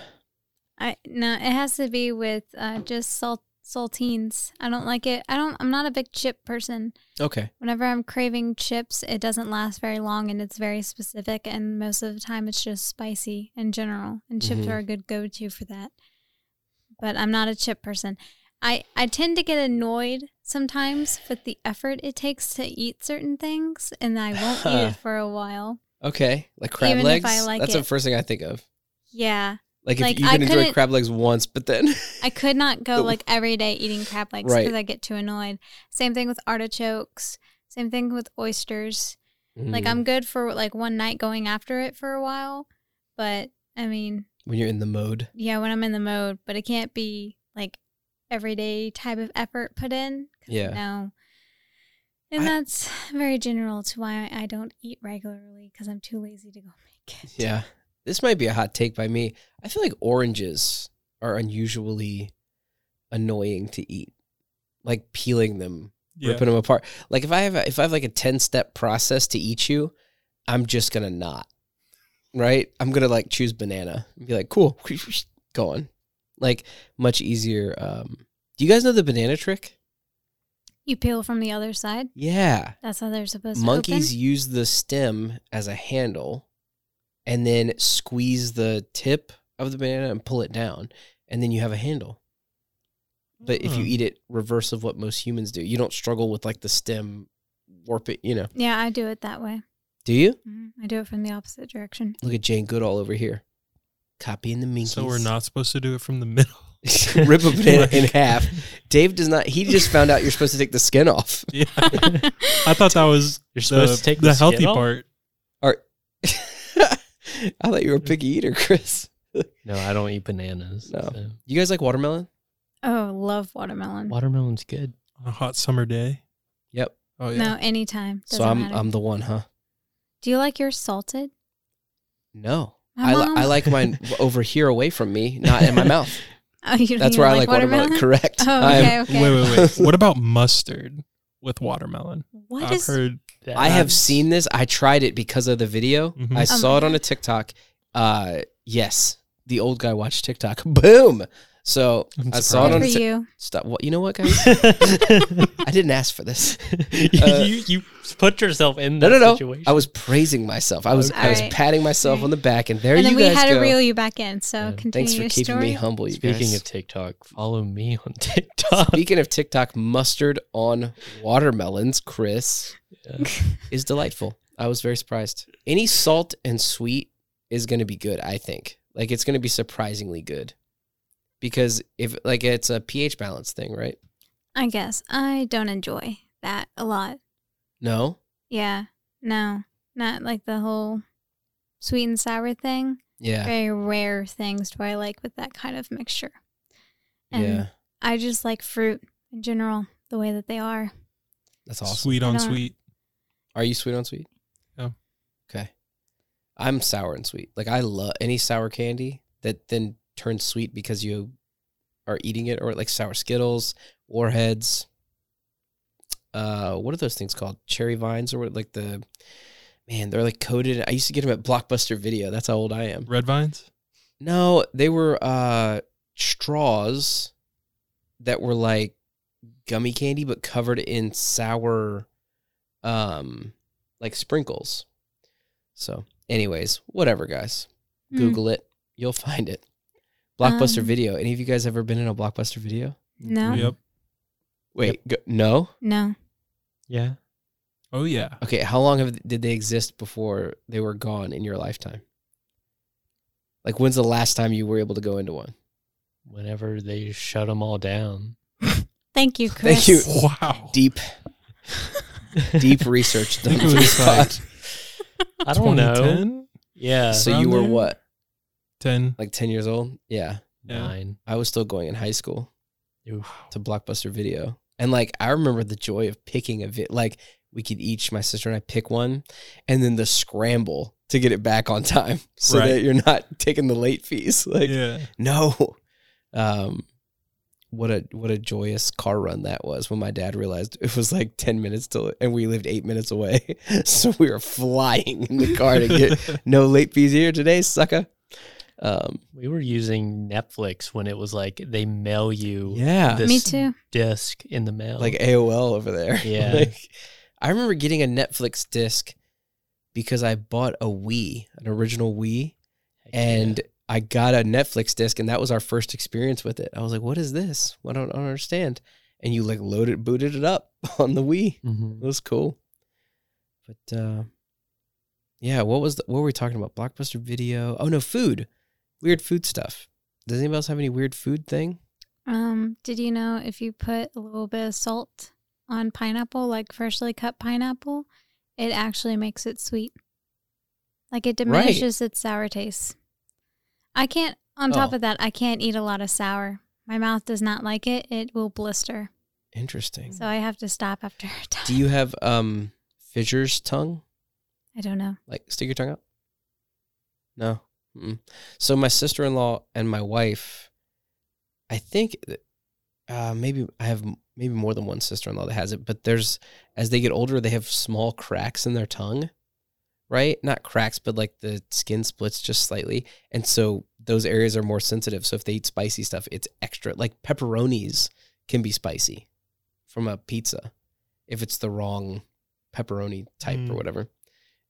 Speaker 3: I no, it has to be with uh, just salt saltines. I don't like it. I don't. I'm not a big chip person.
Speaker 2: okay,
Speaker 3: Whenever I'm craving chips, it doesn't last very long, and it's very specific. And most of the time, it's just spicy in general. And chips
Speaker 2: Mhm.
Speaker 3: are a good go-to for that. But I'm not a chip person. I I tend to get annoyed sometimes with the effort it takes to eat certain things, and I won't eat it for a while.
Speaker 2: okay, like crab
Speaker 3: Even
Speaker 2: legs.
Speaker 3: if I like
Speaker 2: That's the
Speaker 3: it.
Speaker 2: first thing I think of.
Speaker 3: Yeah,
Speaker 2: Like,
Speaker 3: Like,
Speaker 2: if you
Speaker 3: I
Speaker 2: can enjoy
Speaker 3: couldn't-
Speaker 2: crab legs once, but then
Speaker 3: I could not go
Speaker 2: The-
Speaker 3: like every day eating crab legs
Speaker 2: Right.
Speaker 3: because I get too annoyed. Same thing with artichokes. Same thing with oysters. Like
Speaker 1: Mm,
Speaker 2: Mm.
Speaker 3: I'm good for like one night going after it for a while, but I mean,
Speaker 2: when you're in the mode.
Speaker 3: yeah, when I'm in the mode, but it can't be like everyday type of effort put in. 'cause
Speaker 2: Yeah.
Speaker 3: No. And
Speaker 2: I-
Speaker 3: that's very general to why I don't eat regularly because I'm too lazy to go make it.
Speaker 2: Yeah. This might be a hot take by me. I feel like oranges are unusually annoying to eat. Like peeling them,
Speaker 4: yeah.
Speaker 2: ripping them apart. Like if I have a, if I have like a 10 step process to eat you, I'm just going to not. Right? I'm going to like choose banana and be like, "Cool. Going." Like much easier um Do you guys know the banana trick?
Speaker 3: You peel from the other side.
Speaker 2: Yeah.
Speaker 3: That's how they're supposed
Speaker 2: monkeys
Speaker 3: to
Speaker 2: use the stem as a handle and then squeeze the tip of the banana and pull it down and then you have a handle but if you
Speaker 4: Oh.
Speaker 2: eat it reverse of what most humans do you don't struggle with like the stem warp it you know
Speaker 3: open. Yeah, I do it that way.
Speaker 2: do you
Speaker 3: Mhm. I do it from the opposite direction.
Speaker 2: look at jane goodall over here copying the minkies
Speaker 4: Hmm. so we're not supposed to do it from the middle.
Speaker 2: rip a banana in half dave does not he just found out you're supposed to take the skin off
Speaker 4: Yeah. I thought that was
Speaker 1: You're
Speaker 4: the,
Speaker 1: supposed to take
Speaker 4: the,
Speaker 1: the skin
Speaker 4: healthy
Speaker 1: off?
Speaker 4: part.
Speaker 2: i thought
Speaker 4: Mm.
Speaker 2: you were a picky eater chris
Speaker 1: No, I don't eat bananas.
Speaker 2: No.
Speaker 1: so.
Speaker 2: you guys like watermelon
Speaker 3: Oh, love watermelon.
Speaker 1: Watermelon's good.
Speaker 4: On a hot summer day.
Speaker 2: yep
Speaker 4: Oh yeah.
Speaker 2: Um,
Speaker 3: No, anytime. Doesn't
Speaker 2: so i'm
Speaker 3: matter.
Speaker 2: i'm the one huh
Speaker 3: do you like yours salted?
Speaker 2: No.
Speaker 3: My
Speaker 2: I, li-
Speaker 3: mom-
Speaker 2: I like mine over here away from me, not in my mouth.
Speaker 3: Oh, you don't
Speaker 2: That's
Speaker 3: you
Speaker 2: where I like watermelon. Correct.
Speaker 3: Oh,
Speaker 2: I'm-
Speaker 3: okay, okay.
Speaker 4: Wait, wait, wait. what about mustard with watermelon?
Speaker 3: What
Speaker 4: I've
Speaker 3: is-
Speaker 4: heard
Speaker 2: I have
Speaker 1: That's-
Speaker 2: seen this. I tried it because of the video.
Speaker 4: Mhm.
Speaker 3: Um,
Speaker 2: I
Speaker 4: Oh
Speaker 2: saw it on a TikTok. Uh, yes, the old guy watched TikTok. Boom. So
Speaker 4: I'm
Speaker 2: I saw it on
Speaker 4: surprised.
Speaker 3: Good for
Speaker 2: t-
Speaker 3: you.
Speaker 2: stop. What you know? What guys? I didn't ask for this.
Speaker 1: you,
Speaker 2: Uh,
Speaker 1: you you put yourself in
Speaker 2: No,
Speaker 1: that
Speaker 2: no, no.
Speaker 1: situation.
Speaker 2: I was praising myself. I was I was
Speaker 3: Okay.
Speaker 2: patting myself on the back, and there
Speaker 3: and then
Speaker 2: you
Speaker 3: we
Speaker 2: guys
Speaker 3: had to
Speaker 2: go.
Speaker 3: reel you back in. So
Speaker 1: Yeah.
Speaker 3: continue
Speaker 2: Thanks for
Speaker 3: your
Speaker 2: keeping
Speaker 3: story.
Speaker 2: me humble. You
Speaker 1: Speaking
Speaker 2: guys.
Speaker 1: of TikTok, follow me on TikTok.
Speaker 2: Speaking of TikTok, mustard on watermelons, Chris,
Speaker 1: Yeah.
Speaker 2: is delightful. I was very surprised. Any salt and sweet is going to be good, I think. Like it's going to be surprisingly good. Because if like it's a pH balance thing, right?
Speaker 3: I guess I don't enjoy that a lot.
Speaker 2: No.
Speaker 3: Yeah, no, not like the whole sweet and sour thing.
Speaker 2: Yeah.
Speaker 3: Very rare things do I like with that kind of mixture. And
Speaker 2: Yeah.
Speaker 3: I just like fruit in general, the way that they are.
Speaker 2: That's awesome.
Speaker 4: Sweet on
Speaker 3: I don't-
Speaker 4: sweet.
Speaker 2: Are you sweet on sweet?
Speaker 4: No.
Speaker 2: Okay. I'm sour and sweet. Like I love any sour candy that then turns sweet because you are eating it, or like sour Skittles, Warheads. Uh, what are those things called? Cherry vines, or what? Like the man, they're like coated. I used to get them at Blockbuster Video. That's how old I am.
Speaker 4: Red vines?
Speaker 2: No, they were uh straws that were like gummy candy but covered in sour um like sprinkles. So, anyways, whatever guys.
Speaker 3: Mm.
Speaker 2: Google it. You'll find it. Blockbuster
Speaker 3: Um,
Speaker 2: Video. Any of you guys ever been in a Blockbuster Video?
Speaker 3: No.
Speaker 4: Yep.
Speaker 2: Wait, go, no?
Speaker 3: Mm, No,
Speaker 1: yeah.
Speaker 4: Oh yeah.
Speaker 2: Okay, how long have, did they exist before they were gone in your lifetime? Like when's the last time you were able to go into one?
Speaker 1: Whenever they shut them all down.
Speaker 3: thank you,
Speaker 2: Thank
Speaker 3: Chris.
Speaker 2: you.
Speaker 4: Wow.
Speaker 2: Deep deep research done
Speaker 4: I think it
Speaker 2: for this
Speaker 4: was
Speaker 2: pod.
Speaker 4: like
Speaker 1: I don't know.
Speaker 4: 2010?
Speaker 1: Yeah.
Speaker 2: So
Speaker 4: Around
Speaker 2: you were
Speaker 4: there?
Speaker 2: what,
Speaker 4: 10.
Speaker 2: like 10 years old? Yeah.
Speaker 4: Yeah.
Speaker 1: Nine.
Speaker 2: I was still going in high school
Speaker 1: Oof.
Speaker 2: to Blockbuster Video. And like, I remember the joy of picking a vid. Like, we could each, my sister and I, pick one and then the scramble to get it back on time so
Speaker 4: Right.
Speaker 2: that you're not taking the late fees. Like,
Speaker 4: yeah.
Speaker 2: no. Um, what a what a joyous car run that was when my dad realized it was like 10 minutes till and we lived 8 minutes away so we were flying in the car to get no late fees here today, sucker. Um,
Speaker 1: We were using Netflix when it was like they mail you
Speaker 2: yeah,
Speaker 1: this
Speaker 3: Me too.
Speaker 1: disc in the mail.
Speaker 2: like AOL over there.
Speaker 1: Yeah.
Speaker 2: Like, I remember getting a Netflix disc because I bought a Wii, an original Wii,
Speaker 1: Heck yeah.
Speaker 2: and I got a Netflix disc, and that was our first experience with it. I was like, "What is this? What I don't, I don't understand." And you like loaded, booted it up on the Wii.
Speaker 1: Mhm.
Speaker 2: It was cool. But uh, yeah, what was the, what were we talking about? Blockbuster video. Oh no, food. Weird food stuff. Does anybody else have any weird food thing?
Speaker 3: Um, did you know if you put a little bit of salt on pineapple, like freshly cut pineapple, it actually makes it sweet. Like it
Speaker 2: Right.
Speaker 3: diminishes its sour taste. I can't on top
Speaker 2: Oh.
Speaker 3: of that, I can't eat a lot of sour. My mouth does not like it. It will blister.
Speaker 2: Interesting.
Speaker 3: So I have to stop after a time.
Speaker 2: Do you have um fissures tongue?
Speaker 3: I don't know.
Speaker 2: Like stick your tongue out? No. Mm-mm. So my sister in law and my wife, I think, that- uh, maybe I have m- maybe more than one sister in law that has it. But there's as they get older, they have small cracks in their tongue, right? Not cracks, but like the skin splits just slightly, and so those areas are more sensitive. So if they eat spicy stuff, it's extra. Like pepperonis can be spicy from a pizza if it's the wrong pepperoni type or
Speaker 4: Mm.
Speaker 2: whatever.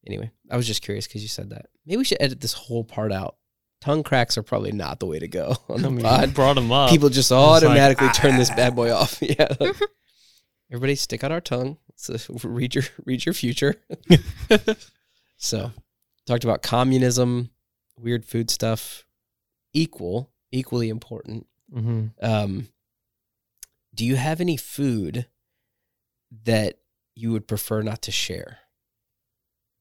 Speaker 2: Anyway, I was just curious because you said that. Maybe we should edit this whole part out. Tongue cracks are probably not the way to go on
Speaker 1: I
Speaker 2: the
Speaker 1: mean, uh,
Speaker 2: pod.
Speaker 1: brought them up.
Speaker 2: People just
Speaker 4: like,
Speaker 2: automatically turn this
Speaker 4: "Ah."
Speaker 2: bad boy off. Yeah. like, everybody stick out our tongue. So read your read your future. so talked about communism, weird food stuff, equal, equally important.
Speaker 1: hmm
Speaker 2: Um, do you have any food that you would prefer not to share?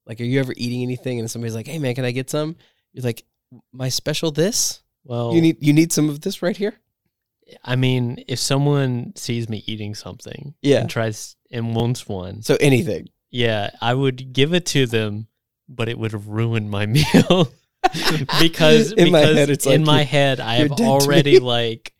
Speaker 2: Like, are you ever eating anything and somebody's like, "Hey, man, can I get some?" You're like, "My special this.
Speaker 1: Well,
Speaker 2: You need you need some of this right here."
Speaker 1: I mean, if someone sees me eating something
Speaker 2: Yeah.
Speaker 1: and tries and wants one,
Speaker 2: So anything.
Speaker 1: yeah, I would give it to them, but it would ruin my meal because
Speaker 2: In
Speaker 1: because
Speaker 2: my head, it's
Speaker 1: in
Speaker 2: like
Speaker 1: my
Speaker 2: you're-
Speaker 1: head I
Speaker 2: you're
Speaker 1: have
Speaker 2: dead to me.
Speaker 1: already like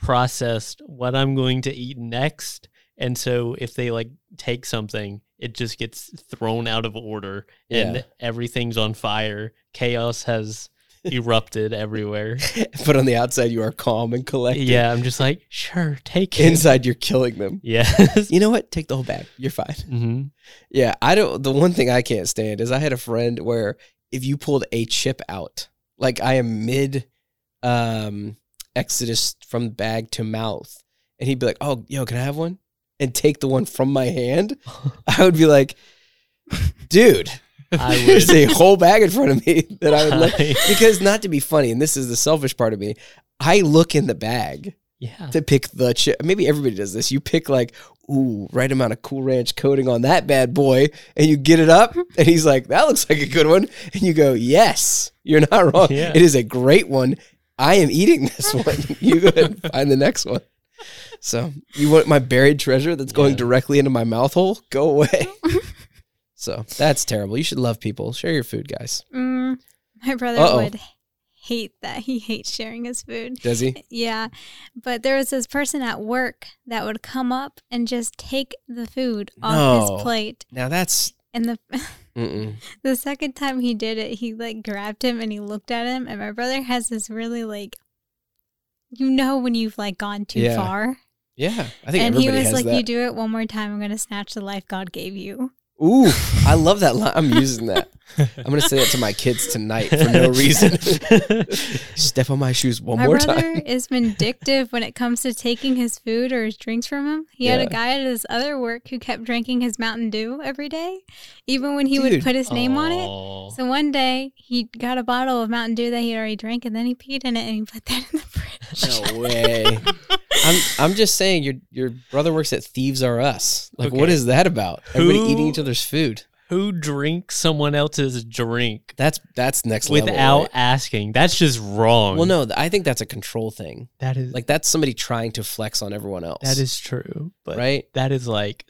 Speaker 1: processed what I'm going to eat next, and so if they like take something, it just gets thrown out of order and
Speaker 2: Yeah.
Speaker 1: everything's on fire. Chaos has erupted everywhere.
Speaker 2: but on the outside, you are calm and collected.
Speaker 1: yeah, I'm just like, sure, take it.
Speaker 2: Inside, you're killing them.
Speaker 1: yes.
Speaker 2: You know what? Take the whole bag. You're fine.
Speaker 1: hmm
Speaker 2: Mm-hmm. Yeah, I don't. The one thing I can't stand is I had a friend where if you pulled a chip out, like I am mid um, exodus from bag to mouth, and he'd be like, "Oh, yo, can I have one?" and take the one from my hand. I would be like, "Dude,
Speaker 1: I would.
Speaker 2: there's a whole bag in front of me that I would love."
Speaker 1: I-
Speaker 2: Because not to be funny, and this is the selfish part of me, I look in the bag
Speaker 1: yeah.
Speaker 2: to pick the chip. Maybe everybody does this. You pick like, ooh, right amount of Cool Ranch coating on that bad boy, and you get it up, and he's like, that looks like a good one, and you go, yes, you're not wrong.
Speaker 1: Yeah.
Speaker 2: It is a great one. I am eating this one. you go ahead and find the next one. So you want my buried treasure that's going
Speaker 1: Yeah.
Speaker 2: directly into my mouth hole? Go away. so that's terrible. You should love people. Share your food, guys.
Speaker 3: Mm, my brother
Speaker 2: Uh-oh.
Speaker 3: would hate that. He hates sharing his food.
Speaker 2: Does he?
Speaker 3: Yeah. But there was this person at work that would come up and just take the food off
Speaker 2: No.
Speaker 3: his plate.
Speaker 2: Now that's.
Speaker 3: And the
Speaker 2: Mm-mm.
Speaker 3: the second time he did it, he like grabbed him and he looked at him. And my brother has this really like, you know, when you've like gone too
Speaker 2: Yeah.
Speaker 3: far.
Speaker 2: Yeah, I think
Speaker 3: And
Speaker 2: everybody
Speaker 3: he was
Speaker 2: has
Speaker 3: like,
Speaker 2: that.
Speaker 3: "You do it one more time, I'm gonna snatch the life God gave you."
Speaker 2: Ooh, I love that line. I'm using that. I'm gonna say that to my kids tonight for no reason. Step on my shoes one
Speaker 3: my
Speaker 2: more time.
Speaker 3: brother is vindictive when it comes to taking his food or his drinks from him. He had
Speaker 2: Yeah.
Speaker 3: a guy at his other work who kept drinking his Mountain Dew every day, even when he
Speaker 2: Dude.
Speaker 3: would put his name on it.
Speaker 1: Aw.
Speaker 3: So one day he got a bottle of Mountain Dew that he already drank, and then he peed in it and he put that in the fridge.
Speaker 2: No way. I'm I'm just saying your your brother works at Thieves Are Us. Like what
Speaker 1: Okay.
Speaker 2: is that about? Everybody
Speaker 1: Who-
Speaker 2: eating each other's food.
Speaker 1: Who drinks someone else's drink
Speaker 2: That's that's next level.
Speaker 1: without
Speaker 2: right?
Speaker 1: asking? That's just wrong.
Speaker 2: Well, no, th- I think that's a control thing.
Speaker 1: that is
Speaker 2: Like that's somebody trying to flex on everyone else.
Speaker 1: that is true, but
Speaker 2: right.
Speaker 1: that is like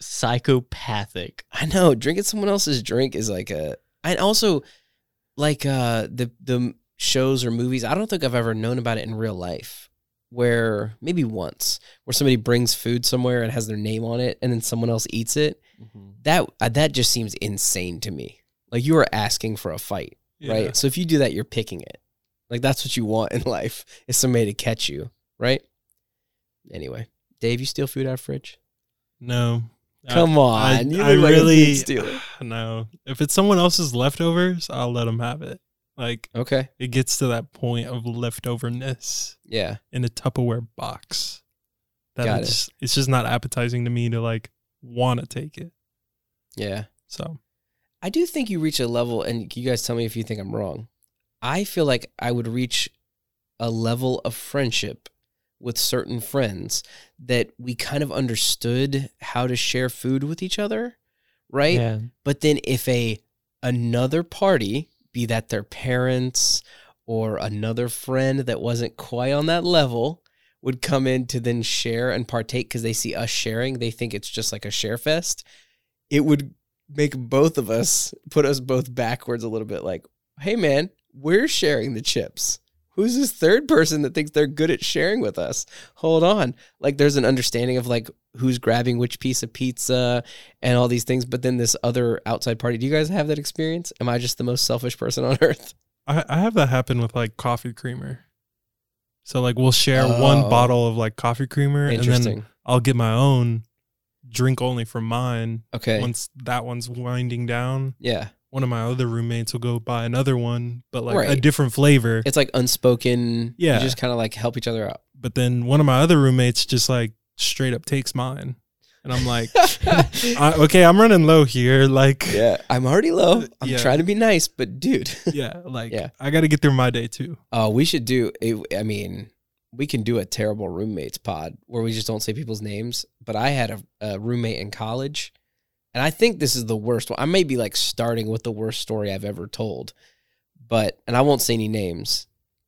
Speaker 1: psychopathic.
Speaker 2: I know drinking someone else's drink is like a, and also like uh the the shows or movies. I don't think I've ever known about it in real life. Where maybe once, where somebody brings food somewhere and has their name on it, and then someone else eats it. That uh, that just seems insane to me. Like you are asking for a fight,
Speaker 4: Yeah.
Speaker 2: right? So if you do that, you're picking it. Like that's what you want in life is somebody to catch you, right? Anyway, Dave, you steal food out of fridge?
Speaker 4: No. I-
Speaker 2: Come on,
Speaker 4: Uh, I,
Speaker 2: you
Speaker 4: I
Speaker 2: look like a food
Speaker 4: really
Speaker 2: stealer.
Speaker 4: no. If it's someone else's leftovers, I'll let them have it. Like
Speaker 2: Okay,
Speaker 4: it gets to that point of leftoverness
Speaker 2: yeah.
Speaker 4: in a Tupperware box. That
Speaker 2: Got
Speaker 4: it's,
Speaker 2: it.
Speaker 4: just- it's just not appetizing to me to like want to take it.
Speaker 2: Yeah.
Speaker 4: So
Speaker 2: I do think you reach a level, and you guys tell me if you think I'm wrong. I feel like I would reach a level of friendship with certain friends that we kind of understood how to share food with each other, right?
Speaker 1: Yeah.
Speaker 2: But then if a another party, be that their parents or another friend that wasn't quite on that level, would come in to then share and partake because they see us sharing, they think it's just like a share fest. It would make both of us put us both backwards a little bit like, hey man, we're sharing the chips. Who's this third person that thinks they're good at sharing with us? Hold on. Like there's an understanding of like who's grabbing which piece of pizza and all these things, but then this other outside party. Do you guys have that experience? Am I just the most selfish person on earth?
Speaker 4: I, I have that happen with like coffee creamer. So like we'll share one
Speaker 2: Oh.
Speaker 4: bottle of like coffee creamer and then
Speaker 2: Interesting.
Speaker 4: I'll get my own drink only from mine.
Speaker 2: Okay.
Speaker 4: Once that one's winding down,
Speaker 2: yeah.
Speaker 4: one of my other roommates will go buy another one, but like a
Speaker 2: Right.
Speaker 4: different flavor.
Speaker 2: It's like unspoken.
Speaker 4: Yeah.
Speaker 2: You just kind of like help each other out.
Speaker 4: but then one of my other roommates just like straight up takes mine. And I'm like, I, okay, I'm running low here. Like, yeah,
Speaker 2: yeah. I'm already low. I'm
Speaker 4: Yeah.
Speaker 2: trying to be nice, but dude.
Speaker 4: like,
Speaker 2: Yeah.
Speaker 4: I got to get through my day too.
Speaker 2: Oh, we should do. It, I mean, we can do a terrible roommates pod where we just don't say people's names. But I had a, a roommate in college, and I think this is the worst one. I may be like starting with the worst story I've ever told, but and I won't say any names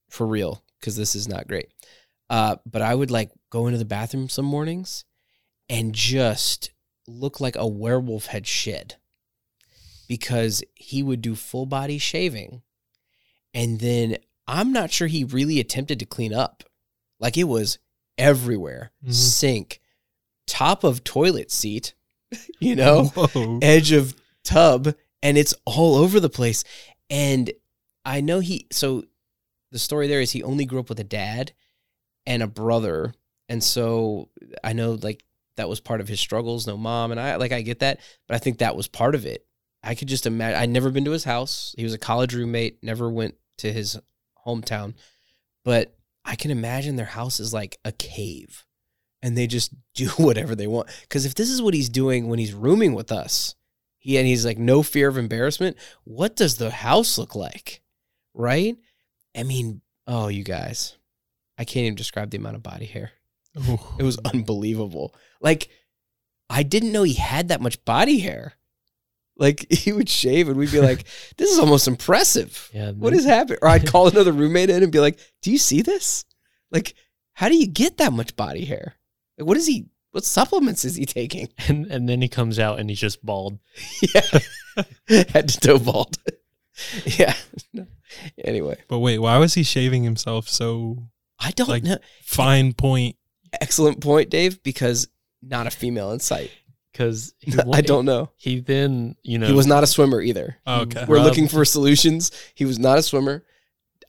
Speaker 2: for real because this is not great. Uh, but I would like go into the bathroom some mornings and just look like a werewolf had shed because he would do full body shaving and then I'm not sure he really attempted to clean up. Like it was everywhere
Speaker 4: Mhm.
Speaker 2: sink, top of toilet seat, you know,
Speaker 4: Whoa.
Speaker 2: edge of tub, and it's all over the place. And I know he, so the story there is he only grew up with a dad and a brother, and so I know like that was part of his struggles. No mom, and I like I get that, but I think that was part of it. I could just imagine. I'd never been to his house. He was a college roommate. Never went to his hometown, but I can imagine their house is like a cave, and they just do whatever they want. Because if this is what he's doing when he's rooming with us, he and he's like no fear of embarrassment. What does the house look like, right? I mean, oh, you guys, I can't even describe the amount of body hair. It was unbelievable. Like, I didn't know he had that much body hair. Like, he would shave and we'd be like, this is almost impressive.
Speaker 1: Yeah.
Speaker 2: What is happening? Or I'd call another roommate in and be like, do you see this? Like, how do you get that much body hair? Like, what is he, what supplements is he taking?
Speaker 1: And and then he comes out and he's just bald.
Speaker 2: yeah. Head to toe bald. yeah. Anyway,
Speaker 4: but wait, why was he shaving himself so
Speaker 2: I don't
Speaker 4: Like-
Speaker 2: know.
Speaker 4: fine point?
Speaker 2: Excellent point, Dave, because not a female in sight.
Speaker 1: Because
Speaker 2: I don't know.
Speaker 1: He then you know
Speaker 2: He was not a swimmer either.
Speaker 4: Oh, okay.
Speaker 2: We're
Speaker 1: Rob-
Speaker 2: looking for solutions. He was not a swimmer.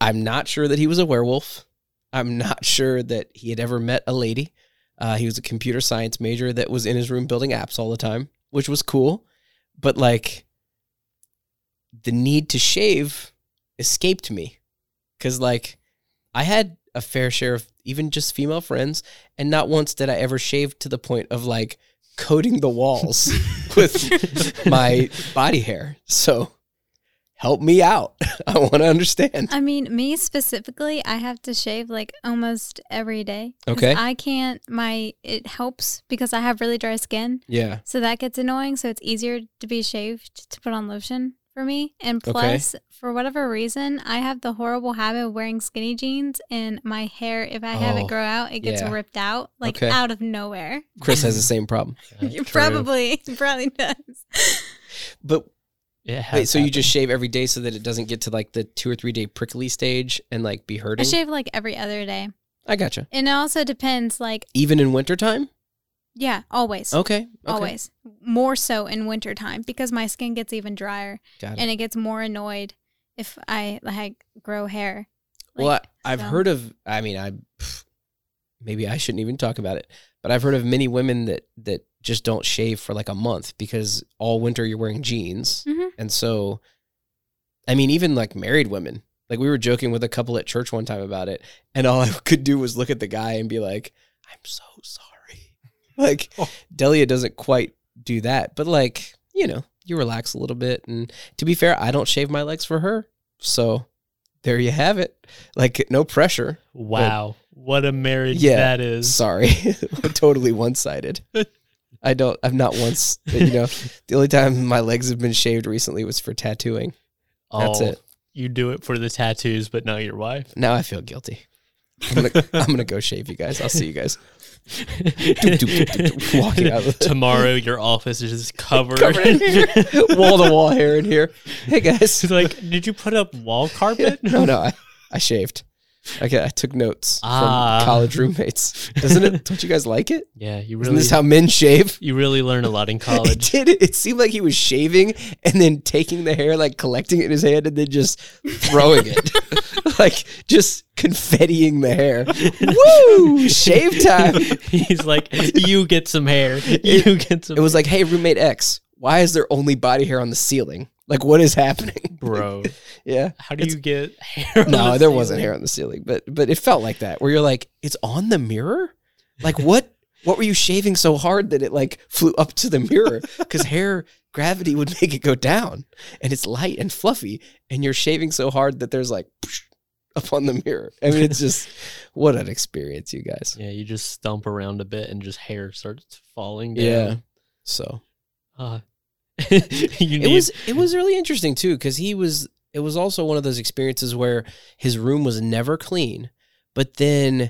Speaker 2: I'm not sure that he was a werewolf. I'm not sure that he had ever met a lady. Uh, he was a computer science major that was in his room building apps all the time, which was cool. But like, the need to shave escaped me because like I had a fair share of even just female friends, and not once did I ever shave to the point of like coating the walls with my body hair. So help me out. I want to understand.
Speaker 3: I mean, me specifically, I have to shave like almost every day. 'cause
Speaker 2: Okay.
Speaker 3: I can't, my, it helps because I have really dry skin.
Speaker 2: Yeah.
Speaker 3: So that gets annoying. So it's easier to be shaved to put on lotion for me. And
Speaker 2: Okay.
Speaker 3: plus, for whatever reason, I have the horrible habit of wearing skinny jeans, and my hair, if I have
Speaker 2: Oh,
Speaker 3: it grow out, it gets
Speaker 2: yeah.
Speaker 3: ripped out like
Speaker 2: Okay.
Speaker 3: out of nowhere.
Speaker 2: Chris has the same problem.
Speaker 1: That's true.
Speaker 3: probably, probably does.
Speaker 2: But
Speaker 1: It has
Speaker 2: wait, so you
Speaker 1: happened.
Speaker 2: just shave every day so that it doesn't get to like the two or three day prickly stage and like be
Speaker 3: I
Speaker 2: hurting?
Speaker 3: shave like every other day.
Speaker 2: I gotcha.
Speaker 3: And it also depends, like,
Speaker 2: Even in wintertime?
Speaker 3: yeah, always.
Speaker 2: Okay. Oh, okay.
Speaker 3: Always. More so in wintertime because my skin gets even drier
Speaker 2: Got it.
Speaker 3: and it gets more annoyed if I like grow hair.
Speaker 2: well,
Speaker 3: Like,
Speaker 2: I, I've
Speaker 3: so-
Speaker 2: heard of. I mean, I pff, maybe I shouldn't even talk about it, but I've heard of many women that that just don't shave for like a month because all winter you're wearing jeans,
Speaker 3: Mhm.
Speaker 2: and so, I mean, even like married women. Like we were joking with a couple at church one time about it, and all I could do was look at the guy and be like, "I'm so sorry." Like
Speaker 4: Oh.
Speaker 2: Delia doesn't quite do that, but like you know, you relax a little bit. And to be fair, I don't shave my legs for her, so there you have it like no pressure.
Speaker 1: wow, what a marriage
Speaker 2: Yeah,
Speaker 1: that is.
Speaker 2: Sorry, totally one sided. I don't. I've not once. You know, the only time my legs have been shaved recently was for tattooing. That's
Speaker 1: Oh,
Speaker 2: it.
Speaker 1: You do it for the tattoos, but not your wife.
Speaker 2: Now I feel guilty. I'm gonna, I'm gonna go shave you guys. I'll see you guys. Walking out of the-
Speaker 1: Tomorrow, your office is just covered.
Speaker 2: Covered in Wall to wall hair in here. Hey guys.
Speaker 1: She's like, did you put up wall carpet?
Speaker 2: No, no, I, I shaved. Okay, I took notes
Speaker 1: Ah.
Speaker 2: from college roommates. Doesn't it? Don't you guys like it?
Speaker 1: Yeah, you
Speaker 2: Isn't
Speaker 1: really
Speaker 2: this how men shave?
Speaker 1: you really learn a lot in college.
Speaker 2: It did. It seemed like he was shaving and then taking the hair, like collecting it in his hand, and then just throwing it, like just confettiing the hair. Woo! Shave time.
Speaker 1: He's like, you get some hair. You get some.
Speaker 2: It was like, hey, roommate X, why is there only body hair on the ceiling? Like, what is happening,
Speaker 1: bro.
Speaker 2: Yeah.
Speaker 1: How do you get hair? on
Speaker 2: No,
Speaker 1: the
Speaker 2: there wasn't
Speaker 1: ceiling?
Speaker 2: hair on the ceiling, but but it felt like that. Where you're like, it's on the mirror. Like what? What were you shaving so hard that it like flew up to the mirror? Because hair gravity would make it go down, and it's light and fluffy, and you're shaving so hard that there's like up on the mirror. I mean, it's just what an experience, you guys.
Speaker 1: Yeah, you just stomp around a bit and just hair starts falling down.
Speaker 2: Yeah. So
Speaker 1: Uh, you
Speaker 2: it
Speaker 1: need
Speaker 2: was it was really interesting too because he was it was also one of those experiences where his room was never clean but then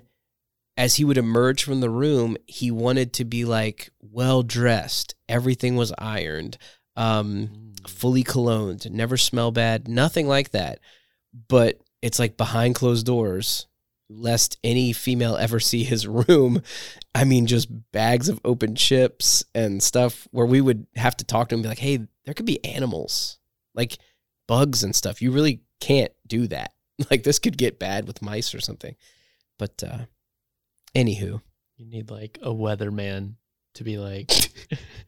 Speaker 2: as he would emerge from the room he wanted to be like well dressed everything was ironed um
Speaker 1: Mm,
Speaker 2: fully cologned never smell bad nothing like that but it's like behind closed doors lest any female ever see his room I mean, just bags of open chips and stuff where we would have to talk to him and be like, hey, there could be animals, like bugs and stuff. You really can't do that. Like this could get bad with mice or something. But uh anywho,
Speaker 1: You need like a weatherman to be like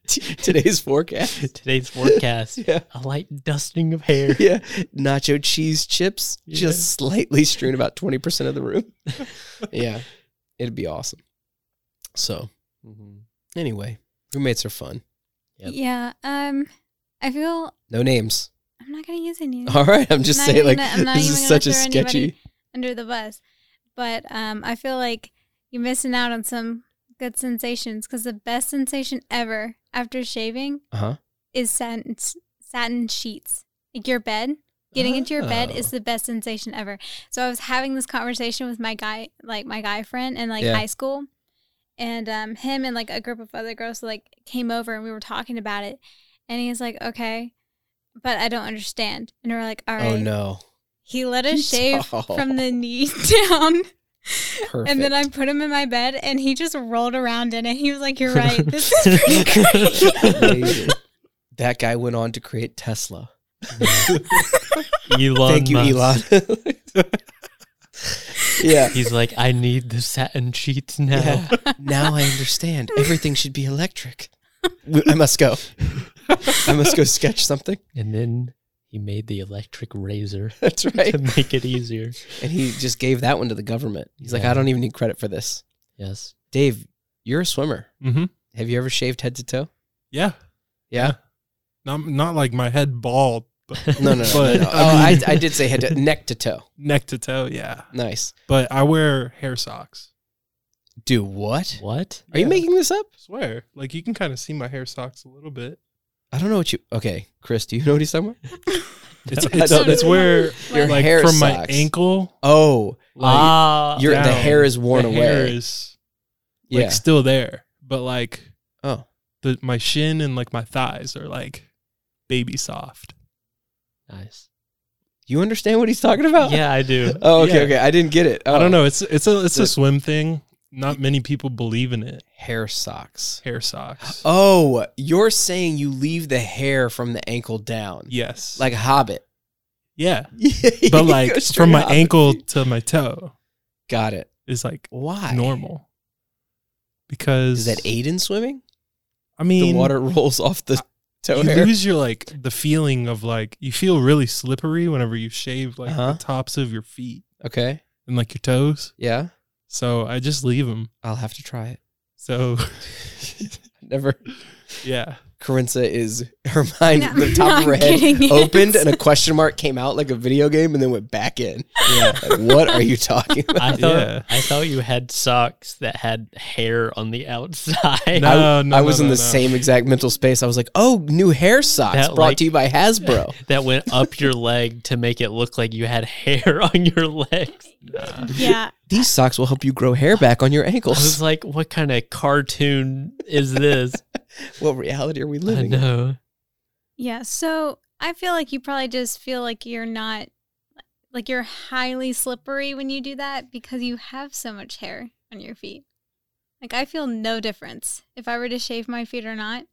Speaker 2: today's forecast.
Speaker 1: today's forecast.
Speaker 2: Yeah.
Speaker 1: A light dusting of hair.
Speaker 2: Yeah. Nacho cheese chips
Speaker 1: Yeah.
Speaker 2: just slightly strewn about 20% of the room. yeah. It'd be awesome. So, Mm-hmm. anyway, roommates are fun.
Speaker 1: Yep.
Speaker 3: Yeah. Um, I feel
Speaker 2: No names.
Speaker 3: I'm not gonna use any
Speaker 2: All right. I'm just
Speaker 3: not
Speaker 2: saying,
Speaker 3: even
Speaker 2: like,
Speaker 3: gonna- I'm not
Speaker 2: this
Speaker 3: even
Speaker 2: is
Speaker 3: gonna
Speaker 2: such a
Speaker 3: throw
Speaker 2: sketchy.
Speaker 3: anybody- under the bus, but um, I feel like you're missing out on some good sensations because the best sensation ever after shaving
Speaker 2: Uh huh.
Speaker 3: is satin satin sheets. Like your bed, getting into your bed
Speaker 2: Oh.
Speaker 3: is the best sensation ever. So I was having this conversation with my guy, like my guy friend in like
Speaker 2: Yeah.
Speaker 3: high school, and um, him and like a group of other girls like came over and we were talking about it, and he's like, okay, but I don't understand, and we're like, all right,
Speaker 2: Oh, no.
Speaker 3: he let us shave
Speaker 2: Oh,
Speaker 3: from the knee down.
Speaker 2: Perfect.
Speaker 3: And then I put him in my bed and he just rolled around in it. He was like, You're right. This is pretty great.
Speaker 2: Amazing. That guy went on to create Tesla.
Speaker 1: Elon
Speaker 2: Thank you,
Speaker 1: Musk.
Speaker 2: Elon. yeah.
Speaker 1: He's like, I need the satin sheets now.
Speaker 2: Yeah. Now I understand. Everything should be electric. W- I must go. I must go sketch something.
Speaker 1: And then he made the electric razor
Speaker 2: That's right.
Speaker 1: to make it easier.
Speaker 2: And he just gave that one to the government. He's like,
Speaker 1: Yeah.
Speaker 2: I don't even need credit for this.
Speaker 1: Yes.
Speaker 2: Dave, you're a swimmer.
Speaker 4: Mm-hmm.
Speaker 2: Have you ever shaved head to toe?
Speaker 4: Yeah.
Speaker 2: Yeah.
Speaker 4: Not not like my head bald, but
Speaker 2: No, no, no. no,
Speaker 4: But,
Speaker 1: um,
Speaker 2: no.
Speaker 4: I
Speaker 2: Oh, I,
Speaker 4: mean-
Speaker 2: I did say head to neck to toe.
Speaker 4: neck to toe. Yeah.
Speaker 2: Nice.
Speaker 4: But I wear hair socks.
Speaker 2: Do what?
Speaker 1: What?
Speaker 2: Are you
Speaker 4: Yeah.
Speaker 2: making this up?
Speaker 4: swear. Like you can kind of see my hair socks a little bit.
Speaker 2: I don't know what you. Okay, Chris, do you know what he's talking about?
Speaker 4: It's,
Speaker 1: I
Speaker 4: it's,
Speaker 2: don't
Speaker 4: it's
Speaker 2: know.
Speaker 4: where
Speaker 2: Your
Speaker 4: like
Speaker 2: hair
Speaker 4: from my
Speaker 2: socks.
Speaker 4: ankle,
Speaker 2: Oh,
Speaker 4: like
Speaker 1: ah,
Speaker 2: your the
Speaker 4: uh, down.
Speaker 2: hair is worn
Speaker 4: the
Speaker 2: away.
Speaker 4: hair is like
Speaker 2: yeah.
Speaker 4: still there, but like
Speaker 2: Oh,
Speaker 4: the my shin and like my thighs are like baby soft.
Speaker 1: nice.
Speaker 2: you understand what he's talking about?
Speaker 1: Yeah, I do.
Speaker 2: Oh, okay,
Speaker 4: Yeah.
Speaker 2: okay. I didn't get it.
Speaker 4: I
Speaker 2: Oh.
Speaker 4: don't know. It's it's a it's
Speaker 2: The-
Speaker 4: a swim thing. Not many people believe in it.
Speaker 2: Hair socks.
Speaker 4: Hair socks.
Speaker 2: Oh, you're saying you leave the hair from the ankle down,
Speaker 4: yes.
Speaker 2: like Hobbit.
Speaker 4: yeah.
Speaker 2: You go
Speaker 4: But like
Speaker 2: straight
Speaker 4: from my
Speaker 2: Hobbit.
Speaker 4: ankle to my toe
Speaker 2: Got it.
Speaker 4: is like
Speaker 2: Why?
Speaker 4: normal. Because
Speaker 2: Is that aid in swimming?
Speaker 4: I mean uh,
Speaker 2: the water rolls off the toe
Speaker 4: you
Speaker 2: hair.
Speaker 4: lose your like the feeling of like you feel really slippery whenever you shave like
Speaker 2: Uh-huh.
Speaker 4: the tops of your feet
Speaker 2: Okay.
Speaker 4: and like your toes.
Speaker 2: Yeah.
Speaker 4: So I just leave them.
Speaker 2: I'll have to try it.
Speaker 4: So
Speaker 2: Never.
Speaker 4: yeah,
Speaker 2: Corinza is her mind,
Speaker 3: No,
Speaker 2: the top of her
Speaker 3: not
Speaker 2: head
Speaker 3: kidding.
Speaker 2: opened and a question mark came out like a video game and then went back in.
Speaker 4: yeah.
Speaker 2: Like, what are you talking about?
Speaker 1: I thought
Speaker 4: Yeah.
Speaker 1: I thought you had socks that had hair on the outside.
Speaker 4: No, no,
Speaker 2: I
Speaker 4: no,
Speaker 2: was in
Speaker 4: no,
Speaker 2: the
Speaker 4: no.
Speaker 2: same exact mental space. I was like, oh, new hair socks
Speaker 1: That,
Speaker 2: brought
Speaker 1: like-
Speaker 2: to you by Hasbro.
Speaker 1: That went up your leg to make it look like you had hair on your legs.
Speaker 3: yeah.
Speaker 2: These socks will help you grow hair back on your
Speaker 1: I was
Speaker 2: ankles.
Speaker 1: like, what kind of cartoon is this?
Speaker 2: what reality are we
Speaker 1: I
Speaker 2: living in?
Speaker 1: know.
Speaker 3: Yeah. So I feel like you probably just feel like you're not, like you're highly slippery when you do that because you have so much hair on your feet. Like I feel no difference if I were to shave my feet or not,